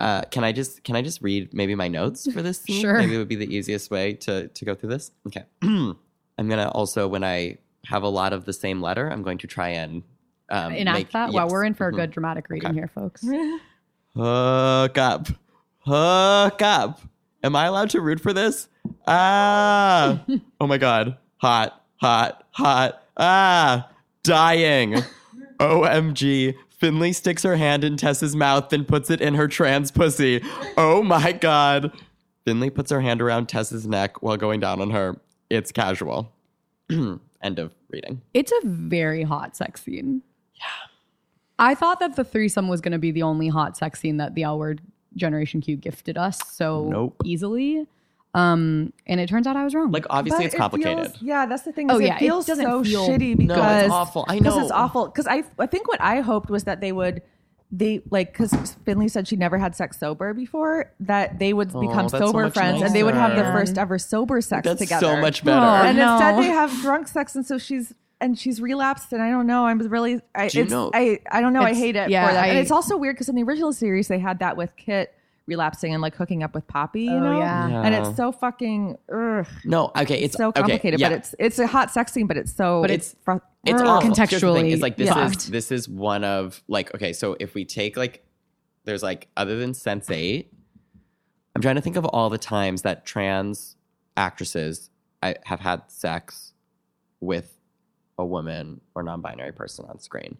Uh, can I just can I just read maybe my notes for this? Scene?
Sure.
Maybe it would be the easiest way to to go through this. Okay. [CLEARS THROAT] I'm gonna also when I have a lot of the same letter, I'm going to try and um,
enact
make-
that. Well,
yes.
we're in for a
Mhm.
good dramatic reading
Okay.
here, folks.
Hook up. Hook up. Am I allowed to root for this?
[LAUGHS]
Ah. oh my God. Hot, hot, hot. Ah.
[LAUGHS]
Dying. OMG. Finley sticks her hand in Tess's mouth, then puts it in her trans pussy. Oh my God. Finley puts her hand around Tess's neck while going down on her. It's casual. [CLEARS THROAT] End of reading.
It's a very hot sex scene. Yeah. I thought that the threesome was going to be the only hot sex scene that the L word Generation Q gifted us so
Nope.
easily. Um, and it turns out I was wrong.
Like obviously
But
it's
it
complicated.
feels- yeah, that's the thing.
Oh,
is
yeah,
it
it
feels
doesn't
so
feel-
shitty because
no, it's awful. I know
Because it's awful. Because I, I think what I hoped was that they would, they like, because Finley said she never had sex sober before, that they would become
Oh, that's so
sober
much
friends and they would have the
nicer.
first ever sober sex
That's
together.
so much better.
Oh,
And
No.
instead, they have drunk sex, and so she's and she's relapsed, and I don't know. I'm really, I,
Do you
it's,
know-
I, I don't know. I
It's-
hate it
yeah,
for them. and
I-
it's also weird because in the original series, they had that with Kit relapsing and like hooking up with Poppy, you
Oh,
know.
yeah.
Yeah.
And it's so fucking. Ugh.
No, okay, it's
so
okay,
complicated,
yeah.
but it's it's a hot sex scene, but it's so
But
it's-
fru-
it's
Ugh.
awful. Here's the thing,
contextually
It's like this is
fucked.
this is one of like okay, so if we take like there's like other than Sense Eight, I'm trying to think of all the times that trans actresses I have had sex with a woman or non-binary person on screen,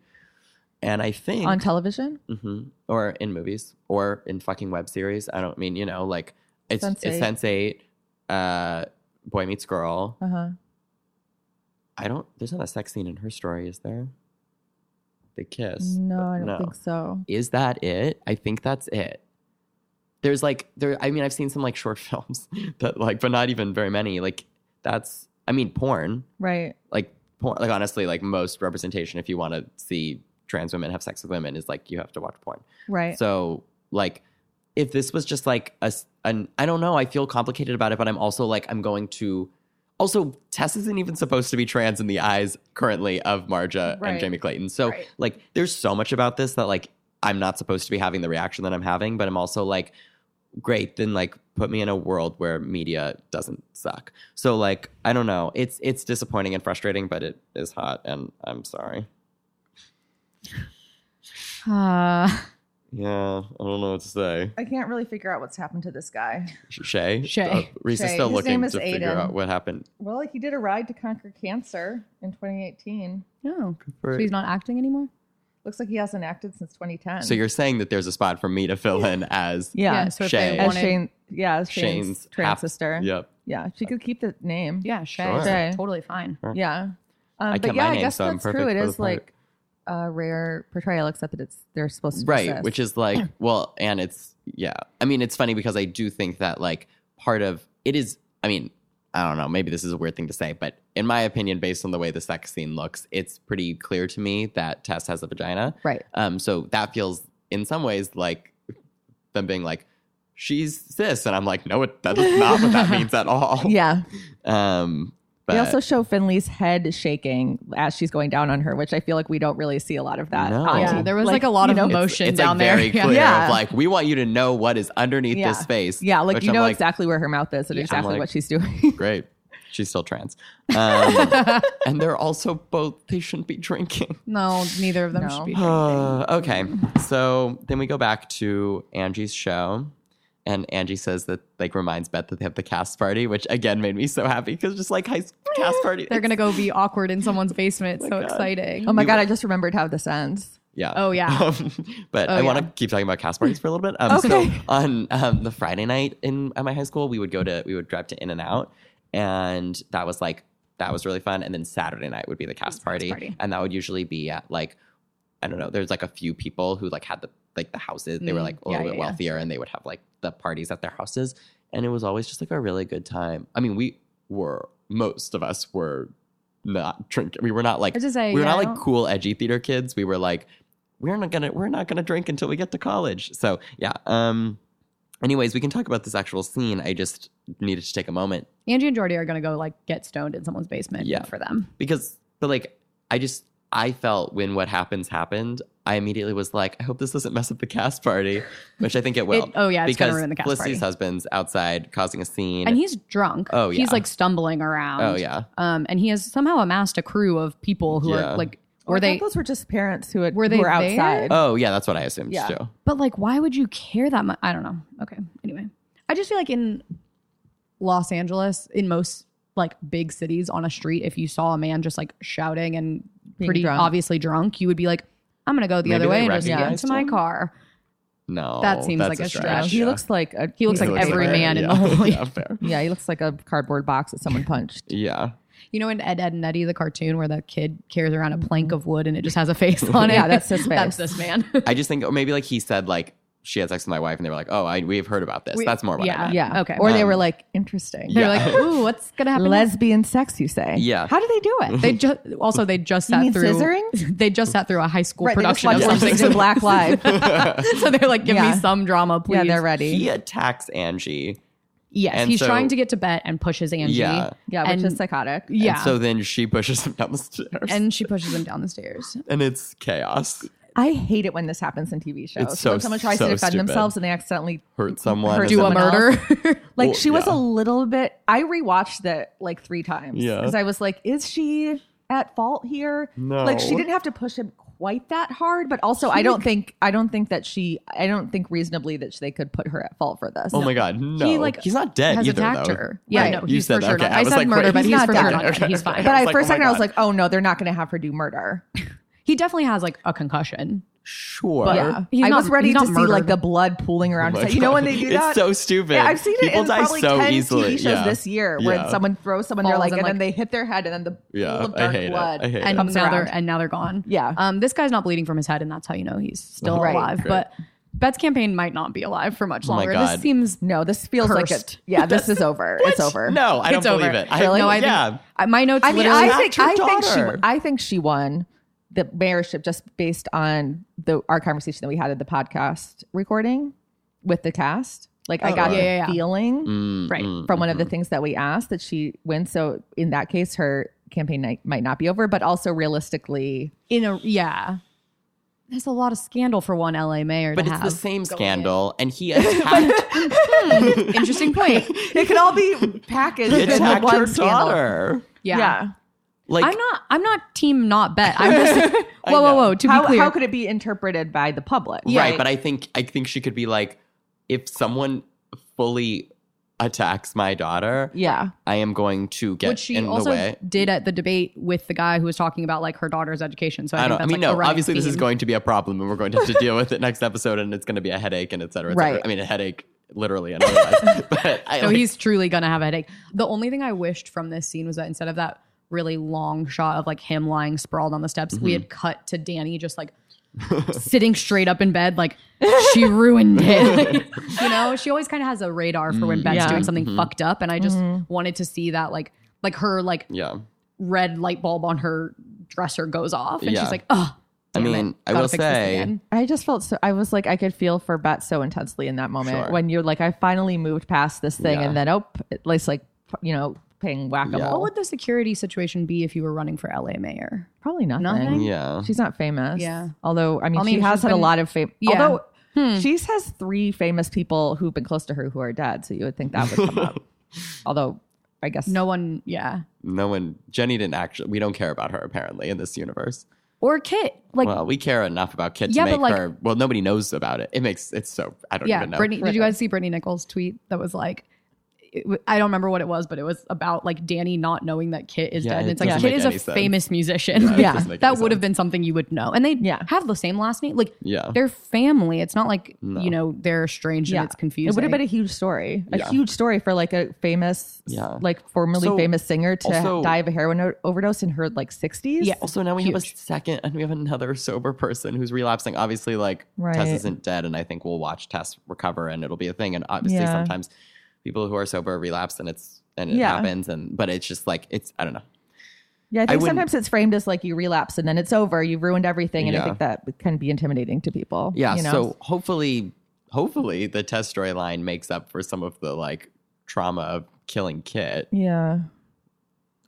and I think
on television.
hmm or in movies or in fucking web series. I don't mean you know like it's it's
Sense8.
Sense Eight, uh, Boy Meets Girl.
Uh huh.
I don't. There's not a sex scene in her story, is there? The kiss.
No, I
but
don't think so.
Is that it? I think that's it. There's like there. I mean, I've seen some like short [LAUGHS] films that like, but not even very many. Like that's. I mean, porn.
Right.
Like porn. Like honestly, like most representation, if you want to see trans women have sex with women, is like you have to watch porn.
Right.
So like, if this was just like a s- an, I don't know. I feel complicated about it, but I'm also like, I'm going to. Also, Tess isn't even supposed to be trans in the eyes currently of Marja and
Right.
Jamie Clayton. So
Right.
like, there's so much about this that like, I'm not supposed to be having the reaction that I'm having, but I'm also like, great then like put me in a world where media doesn't suck so like i don't know it's it's disappointing and frustrating but it is hot and i'm sorry [LAUGHS]
Uh,
yeah i don't know what to say
I can't really figure out what's happened to this guy.
Shay.
Shay.
Reese is
Shay.
still
His
looking
name is
to figure
Aiden.
out what happened.
Well, he did a ride to conquer cancer in 2018.
Oh.
no. So he's not acting anymore?
Looks like he hasn't acted since 2010.
So you're saying that there's a spot for me to fill in as
yeah.
so if
Shay. As
they
As
wanted,
Shane, yeah, as Shane's,
Shane's
trans
half-
sister.
Yep.
Yeah, she could keep the name.
Yeah, Shay.
Sure.
Shay.
Totally fine.
Yeah. Um,
I
but
kept
yeah,
my
I
name,
guess
so I'm
that's true.
perfect
It
for the
is
part.
like a rare portrayal, except that it's they're supposed to
Right.
persist.
Which is
[CLEARS THROAT]
like, well, and it's yeah. I mean, it's funny because I do think that like part of it is I mean, I don't know, maybe this is a weird thing to say, but in my opinion, based on the way the sex scene looks, it's pretty clear to me that Tess has a vagina.
right.
Um, so that feels in some ways like them being like, she's cis. And I'm like, no, it that's not what
[LAUGHS]
that means at all.
[LAUGHS] Yeah.
Um, but
they also show Finley's head shaking as she's going down on her, which I feel like we don't really see a lot of that.
No.
on-
Yeah,
there was, like, a lot
you
of
know,
emotion.
it's, it's
down
like
there.
very
Yeah.
clear
[LAUGHS] Yeah.
of like we want you to know what is underneath
Yeah.
this face.
Yeah, like
Which
you
I'm
know exactly where her mouth is and
Yeah. I'm
exactly
like-
what she's
[LAUGHS]
doing.
Great, she's still trans,
[LAUGHS]
um, and they're also both they shouldn't be drinking.
No, neither of them
[SIGHS]
should be.
Uh, okay, so then we go back to Angie's show. And Angie says that like reminds Beth that they have the cast party, which again made me so happy because just like high school cast party,
They're going to go be awkward in someone's basement. so exciting.
oh my
We
god,
were-
I just remembered how this ends.
Yeah.
Oh, yeah.
[LAUGHS]
Oh,
Um, but I
yeah.
want to keep talking about cast parties for a little bit. Um, So
Okay.
on um, the Friday night in at my high school, we would go to we would drive to In and Out, and that was like that was really fun. And then Saturday night would be the cast party,
party.
and that would usually be at like I don't know. There's like a few people who like had the like the houses. They were
Mm,
like a
yeah,
little bit
yeah, yeah.
wealthier, and they would have like the parties at their houses, and it was always just like a really good time. I mean, we were most of us were not drinking. We were not like
I was just saying,
we were
yeah,
not
I
like
don't-
cool edgy theater kids. We were like, we're not gonna we're not gonna drink until we get to college. So yeah. Um. Anyways, we can talk about this actual scene. I just needed to take a moment
Angie and Jordy are going to go like get stoned in someone's basement.
Yeah.
Yeah. For them.
because, but like, I just I felt when what happens happened, I immediately was like, I hope this doesn't mess up the cast party, which I think
[LAUGHS]
it will.
It- oh, yeah, it's gonna
because
ruin the cast
Felicity's
party.
husband's outside causing a scene,
And he's drunk.
Oh, yeah.
He's like stumbling around.
oh yeah,
Um, and he has somehow amassed a crew of people who
Yeah.
are like,
Oh, I
were
thought
they?
Those were just parents who had,
Were they
who were
there?
outside.
oh yeah, that's what I assumed
Yeah.
too.
But like, why would you care that much? I don't know. Okay. Anyway, I just feel like in Los Angeles, in most like big cities on a street, if you saw a man just like shouting and
Being
pretty
drunk.
obviously drunk, you would be like, I'm going to go the
Maybe
other way
they
and just get
recognized
into my
him?
car.
No,
That seems
that's
like a
Yeah,
stretch.
he
yeah.
looks like a
He looks
He
like every
a- [LAUGHS]
man in
yeah.
[LAUGHS] the whole-
yeah, fair.
Yeah, he looks like a cardboard box that someone punched.
Yeah.
You know, in Ed, Ed and Eddie, the cartoon where the kid carries around a plank of wood and it just has a face on it.
Mm-hmm. [LAUGHS] Yeah, that's his
[LAUGHS] That's
face.
[LAUGHS]
this man.
I just think, or maybe like he said, like she had sex with my wife, and they were like, "Oh, I, we've heard about this."
We-
That's more what I
yeah.
meant.
Yeah.
Okay.
Or they
Um,
were like, interesting.
Yeah.
They're like, ooh, what's gonna happen? next?"
Lesbian sex, you say?
Yeah.
How do they do
[LAUGHS]
it?
They just also they just
You
sat
mean
through
scissoring?
[LAUGHS] They just sat through a high school
Right, they just
production of
watch
something.
Orange is the
[LAUGHS]
Black Live.
[LAUGHS] so they're like, give
Yeah.
me some drama, please.
yeah, they're ready.
He attacks Angie.
Yes,
And
he's
so-
trying to get to bet and pushes Angie.
Yeah.
yeah, which
and-
is psychotic.
And
Yeah.
so then she pushes him down the stairs, and,
and she pushes him down the stairs.
it's chaos.
I hate it when this happens in TV shows.
It's so-
when someone tries
so
to defend
stupid.
themselves and they accidentally
Hurt someone.
Hurt
and
Do
then-
a
someone
murder. [LAUGHS]
like
Well,
she was
yeah.
a little bit. I rewatched that like three times.
Yeah.
because I was like, is she at fault here?
No.
like she didn't have to push him quite that hard, but also I don't think I don't think that she I don't think reasonably that they could put her at fault for this.
Oh my god, no!
like,
he's not dead
has
either,
attacked
though.
her. Yeah,
Right.
no,
You
he's
said
for sure
okay.
not.
I
I,
was
said
like,
murder,
wait,
but
he's
he's,
not
for
dead.
sure not dead.
Okay,
He's
okay.
fine.
[LAUGHS]
But
I
I,
was
first
like, oh
second
my
I was
God.
like, oh no, they're not going to have her do murder.
he definitely has like a concussion.
Sure,
But-
Yeah,
He's
I
not-
was ready
he's
to
not
see
murdered.
like the blood pooling around.
Oh
his
my
head. you know when
God.
they do that?
It's so stupid.
Yeah, I've seen it
People
in
die
probably
so
10
easily.
TV shows
yeah.
this year where
Yeah.
someone throws someone, they're
Falls
like,
and,
and then they
like-
hit their head, and then the
Yeah,
pool of
I
dark
hate it.
blood.
I hate it.
And
comes
now
around.
they're and now they're gone.
Yeah.
Um, this guy's not bleeding from his head, and that's how you know he's still
Right.
alive.
Great.
But Beth's campaign might not be alive for much
Oh my
longer.
God.
This seems
No, this feels like it.
Cursed.
Yeah, this [LAUGHS] is over. It's over.
No, I
it's
don't
over.
believe it. I
Really? no, I
yeah.
think I- uh, my notes
I mean,
literally.
I
That's
think,
your
I think she,
daughter.
I think she won the mayorship just based on the our conversation that we had at the podcast recording with the cast. Like, I
Oh,
got
yeah,
the
yeah, yeah.
feeling
Mm,
Right.
mm,
from one of the
mhm.
things that we asked that she wins. So in that case, her campaign night might not be over, but also realistically,
in a yeah. There's a lot of scandal for one LA mayor
But
to
it's
have.
the same scandal, and
[LAUGHS]
he attacked, [LAUGHS]
Interesting point.
[LAUGHS] it could all be packaged
he
in
attacked
one
her
scandal.
daughter.
Yeah.
Like
I'm not. I'm not team not bet. I'm just.
I
whoa, whoa,
know.
whoa. To
how,
be clear,
how could it be interpreted by the public?
right, but I think I think she could be like, if someone fully attacks my daughter,
yeah.
I am going to get
which she
in the
also
way.
did at the debate with the guy who was talking about like her daughter's education. So I,
I
think
don't.
that's
I mean,
like a
no.
running
Obviously, this is
theme.
going to be a problem, and we're going to have to deal with it
[LAUGHS]
next episode, and it's going to be a headache, and et cetera, et cetera.
Right.
I mean, a headache, literally, and
[LAUGHS]
otherwise. but I, [LAUGHS]
No,
like,
he's truly gonna have a headache. The only thing I wished from this scene was that instead of that really long shot of like him lying sprawled on the steps, we
Mm-hmm.
had cut to Danny
[LAUGHS]
just like sitting straight up in bed, like she ruined
[LAUGHS]
it. you know, she always kind of has a radar for
Mm,
when Ben's
Yeah.
doing
Mm-hmm.
something fucked up, and I just wanted to see that like like her like
yeah.
red light bulb on her dresser goes off, and
Yeah.
she's like, oh.
I mean, I will say,
I just felt so. I was like, I could feel for Bet so intensely in that moment
Sure.
when you're like, I finally moved past this thing,
Yeah.
and then oh, it- it's like you know, playing whack a mole.
Yeah.
what would the security situation be if you were running for LA mayor?
Probably nothing.
Nothing?
yeah,
She's not famous.
Yeah.
Although I mean,
I mean,
she has
she's
had a
been-
lot of fame.
Yeah. Mm.
Although she has three famous people who've been close to her who are dead, so you would think that would
[LAUGHS]
come up. Although I guess
No one, yeah.
no one. Jenny didn't actually. We don't care about her apparently in this universe.
Or Kit, like
well, we care enough about Kit
Yeah,
to
but,
make
like-
her. Well, nobody knows about it. It makes it's so. I don't
yeah,
even know.
Brittany. Did you guys see Brittany Nichols' tweet that was like, it w- I don't remember what it was, but it was about like Danny not knowing that Kit is
Yeah,
dead. And
it
it's like
doesn't
Kit
make
is a
any sense.
famous musician.
it
Yeah,
doesn't make
that
any
would have
sense.
been something you would know. And they
Yeah.
have the same last name. Like
Yeah.
they're family. It's not like
No.
you know they're estranged
Yeah.
and it's confusing.
It would have been a huge story, a
Yeah.
huge story for like a famous,
Yeah.
like formerly
So,
famous singer to
also-
die of a heroin o- overdose in her like sixties.
Yeah.
Also, now we have a second, and we have another sober person who's relapsing. Obviously, like
Right.
Tess isn't dead, and I think we'll watch Tess recover, and it'll be a thing. And obviously,
Yeah.
sometimes people who are sober relapse, and it's and it
Yeah.
happens. And but it's just like it's I don't know.
yeah. I
I
think
wouldn't-
sometimes it's framed as like you relapse and then it's over, you've ruined everything, and I
Yeah.
think that can be intimidating to people.
Yeah.
you know?
So hopefully, hopefully the Tess storyline makes up for some of the like trauma of killing Kit.
yeah.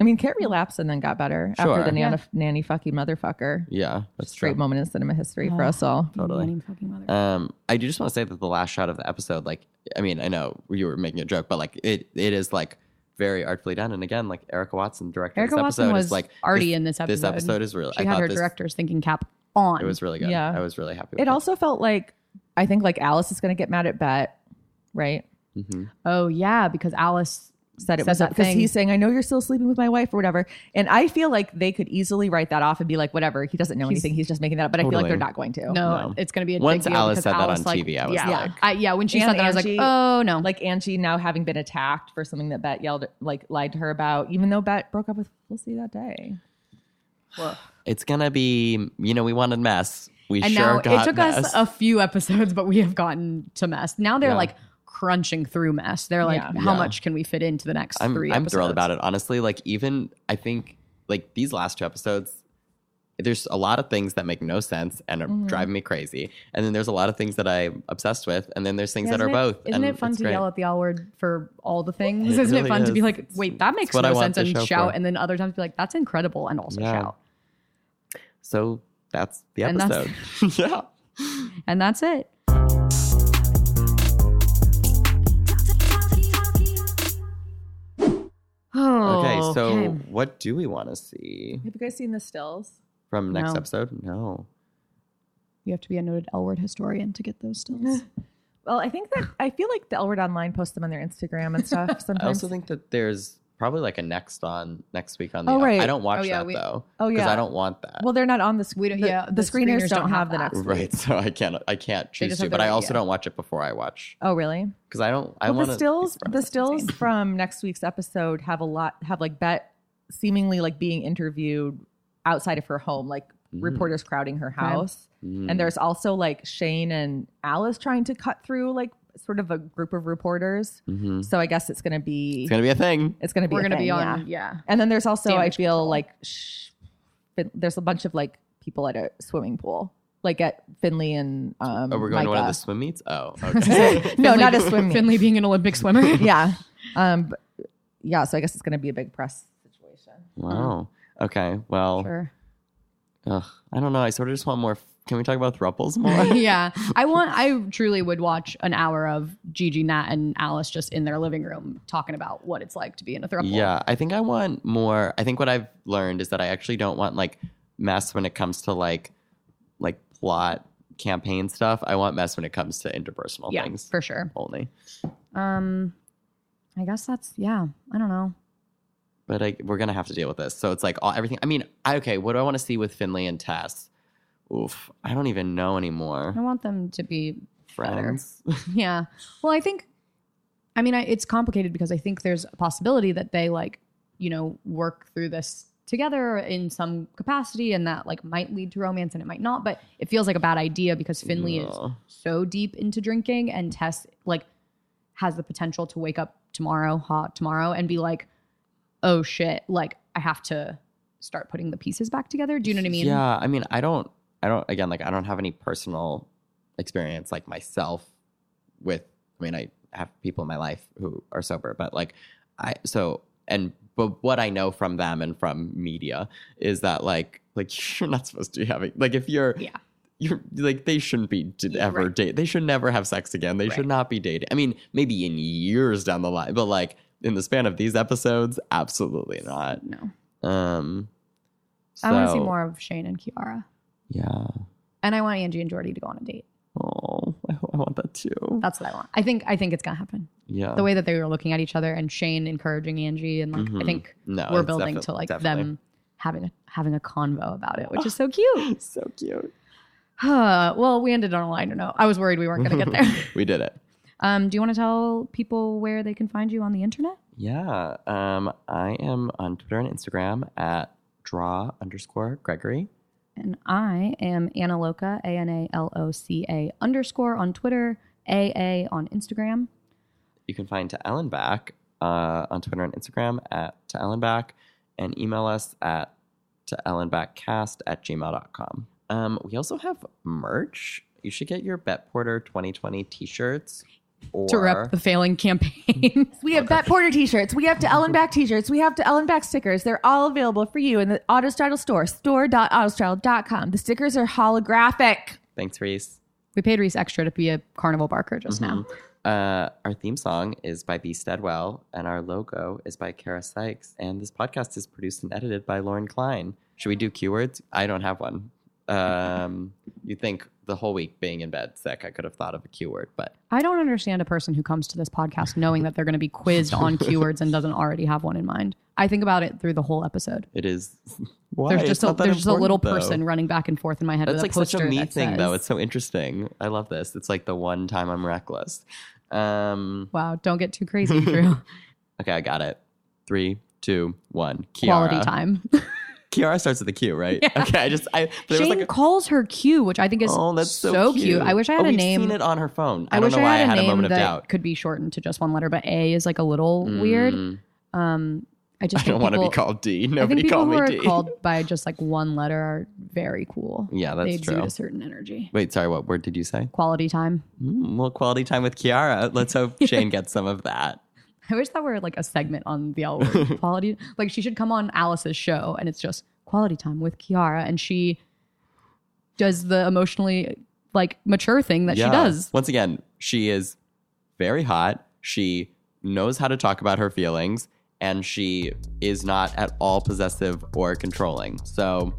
I mean, Kate relapsed and then got better after
Sure.
the nana, nanny fucking motherfucker.
Yeah, that's
Great
true.
moment in cinema history for us all.
Totally.
Nanny fucking mother.
Um, I do just want to say that the last shot of the episode, like, I mean, I know you were making a joke, but like, it it is like very artfully done. And again, like Erica Watson directed
Erica
this
Watson
episode.
was
is like
already
this,
in this episode.
This episode is really.
She
I
had
thought
her
this,
director's thinking cap on.
It was really good.
Yeah.
I was really happy. With
It also felt like I think like Alice is going to get mad at Bet, right?
Mhm.
oh yeah, because Alice
said it
Said
was
that
because
thing.
he's saying, I know you're still sleeping with my wife or whatever. And I feel like they could easily write that off and be like, whatever, he doesn't know
He's-
anything. He's just making that up. But I feel
Totally.
like they're not going to.
No,
No.
it's going to be a
Once
big deal
Alice
because
said that
Alice,
on
like,
TV, I was
yeah.
like-
I- yeah, when she
And
said that, I was like,
Angie-
oh no,
Like Angie now having been attacked for something that Bet yelled, like lied to her about, even though Bet broke up with Felicity that day.
It's gonna be, you know, we wanted mess. We
and
sure
now
got
it took
mess.
us a few episodes, but we have gotten to mess. Now they're
Yeah.
like crunching through mess. They're like,
Yeah.
how
Yeah.
much can we fit into the next
I'm,
three?
I'm thrilled
episodes?
about it. Honestly, like even I think like these last two episodes, there's a lot of things that make no sense and are
Mm-hmm.
Mhm.
driving me crazy. And then there's a lot of things that I'm obsessed with. And then there's things
Yeah,
that are
isn't it-
both.
Isn't
and
it fun
it's
to
great.
yell at the L word for all the things?
It
Isn't it
really
fun to
is.
be like,
It's-
wait, that makes
what I
no
want
sense,
the
and
show
shout,
for.
and then other times be like, that's incredible, and also
Yeah.
shout,
So that's the
And that's-
episode. [LAUGHS] yeah.
and that's it. Oh,
Okay. So what do we want to see
Have you guys seen the stills?
from next
No.
episode? No.
you have to be a noted L word historian to get those stills.
Well, I think that I feel like the L Word Online posts them on their Instagram and stuff
[LAUGHS]
sometimes.
I also think that there's probably like a next on next week on the.
Oh, right.
I don't watch
Oh, yeah,
that
we-
though.
oh
Because
yeah.
I don't want that.
Well, they're not on this.
We don't-
The,
yeah,
the,
the
screeners,
screeners
don't,
don't have
have the next.
[LAUGHS] right. So I can't. I can't
They
choose
just
to.
have
But
their
I
own-
also
yeah.
don't watch it before I watch
Oh really?
because I don't. I
well,
want
the stills. The stills from next week's episode have a lot. Have like Bet seemingly like being interviewed outside of her home, like
Mm.
reporters crowding her
Okay.
house.
Mm-hmm.
And there's also like Shane and Alice trying to cut through like sort of a group of reporters. So I guess it's gonna be
Mm. It's Mm-hmm. gonna be a thing.
it's gonna be
We're
a
gonna
thing,
be
yeah.
on, yeah.
And then there's also, I
Damage
feel
control.
like sh- fin- there's a bunch of like people at a swimming pool, like at Finley and um.
Oh, we're going to one of the
Micah.
swim meets.
[LAUGHS]
Oh, okay.
no,
Finley-
not a swim meet.
Finley being an Olympic swimmer.
yeah, um, but- yeah. So I guess it's going to be a big press situation.
wow. Okay. Well,
[LAUGHS] Sure.
ugh, I don't know. I sort of just want more. Can we talk about thruples
[LAUGHS]
more?
[LAUGHS] yeah. I want I truly would watch an hour of Gigi Nat and Alice just in their living room talking about what it's like to be in a throuple.
yeah. I think I want more. I think what I've learned is that I actually don't want like mess when it comes to like like plot campaign stuff. I want mess when it comes to interpersonal
Yeah,
things
for sure.
only.
Um I guess that's yeah, I don't know.
but like we're gonna have to deal with this. So it's like all everything. I mean, I, okay, what do I want to see with Finley and Tess? Oof, I don't even know anymore.
I want them to be
Friends,
yeah. Well, I think I mean I, it's complicated because I think there's a possibility that they like, you know, work through this together in some capacity and that like might lead to romance and it might not, but it feels like a bad idea because Finley is
Ugh.
so deep into drinking and Tess like has the potential to wake up tomorrow, hot tomorrow, and be like, oh shit, like I have to start putting the pieces back together. Do you know what I mean?
Yeah, I mean, I don't, I don't. Again, like I don't have any personal experience like myself with. I mean, I have people in my life who are sober, but like I so and but what I know from them and from media is that like like [LAUGHS] you're not supposed to be having like if you're
Yeah.
you're like they shouldn't be d-
Yeah,
ever
right.
date they should never have sex again they should not be dating I mean maybe in years down the line but like in the span of these episodes absolutely not
No.
um
I want to see
so,
more of Shane and Kiara.
yeah
And I want Angie and Jordy to go on a date.
Oh, I, I want that too.
That's what I want. I think I think it's gonna happen.
yeah.
The way that they were looking at each other and Shane encouraging Angie and like
Mhm.
I think
no,
we're
it's
building
defi-
to like
definitely.
them having a having a convo about
[SIGHS]
it, which is so cute.
[LAUGHS]
[SIGHS]
So cute.
Huh. well, we ended on a lighter note. I was worried we weren't gonna
[LAUGHS]
get there. [LAUGHS]
We did it.
Um, do you want to tell people where they can find you on the internet?
Yeah. Um, I am on Twitter and Instagram at draw underscore Gregory.
And I am Analoca, A N A L O C A underscore on Twitter, AA on Instagram.
You can find To Ellen Back uh, on Twitter and Instagram at To Ellen Back and email us at To Ellen Backcast at gmail.com. Um, we also have merch. You should get your Bet Porter 2020 t shirts. Or
To rep the failing campaign.
We have Bet Porter T-shirts. We have to Ellen Back T-shirts. We have to Ellen Back stickers. They're all available for you in the Autostraddle store, store.autostraddle.com. The stickers are holographic.
Thanks, Reese.
[LAUGHS] we paid Reese extra to be a carnival barker just now.
Uh, our theme song is by B. Steadwell, and our logo is by Kara Sykes. And this podcast is produced and edited by Lauren Klein. Should we do keywords? I don't have one. Um, [LAUGHS] you think the whole week being in bed sick, I could have thought of a Q word, but
I don't understand a person who comes to this podcast knowing that they're going to be quizzed
[LAUGHS]
on keywords and doesn't already have one in mind. I think about it through the whole episode.
it is. [LAUGHS] Why?
There's
It's
just a,
not that
there's just a little
important, though.
person running back and forth in my head.
That's
with
like
a
such a
poster
me
that
thing,
says,
though. It's so interesting. I love this. It's like the one time I'm reckless. Um,
wow, don't get too crazy,
[LAUGHS]
Drew.
okay, I got it. Three, two, one. Kiara.
Quality time.
Kiara starts with a Q, right?
Yeah.
Okay, I just I [LAUGHS] there
Shane
was like a,
calls her Q, which I think is
oh, that's so,
cute. I wish I had
oh,
a
we've
name.
Seen it on her phone. I,
I
don't
wish
know why
I
I
had a
had a
name
moment of
that
doubt.
could be shortened to just one letter, but A is like a
[LAUGHS]
little weird.
Mm,
Um, I just
I don't
want to
be called D.
I think
Nobody
people
call
who
me
are
D.
called by just like one letter are very cool.
[LAUGHS] yeah,
they
that's
exude
true.
a certain energy.
Wait, sorry, what word did you say?
Quality time.
Mm, well, quality time with Kiara. Let's hope Shane gets some of that.
[LAUGHS] I wish that were like a segment on the L [LAUGHS] word. quality. Like she should come on Alice's show and it's just quality time with Kiara and she does the emotionally like mature thing that she
Yeah.
does.
Once again, she is very hot. She knows how to talk about her feelings, and she is not at all possessive or controlling. So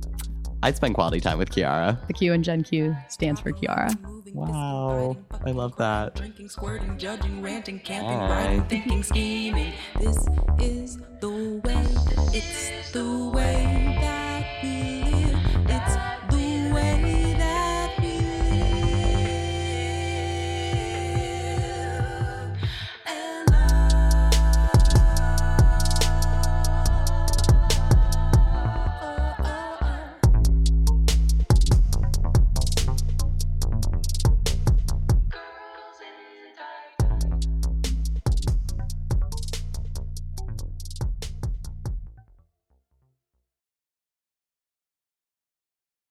I'd spend quality time with Kiara.
The Q and Gen Q stands for Kiara.
Wow. I love that.
Drinking, squirting, judging, ranting, camping,
Aye.
writing, thinking, scheming. This is the way. It's the way that we live. Oh,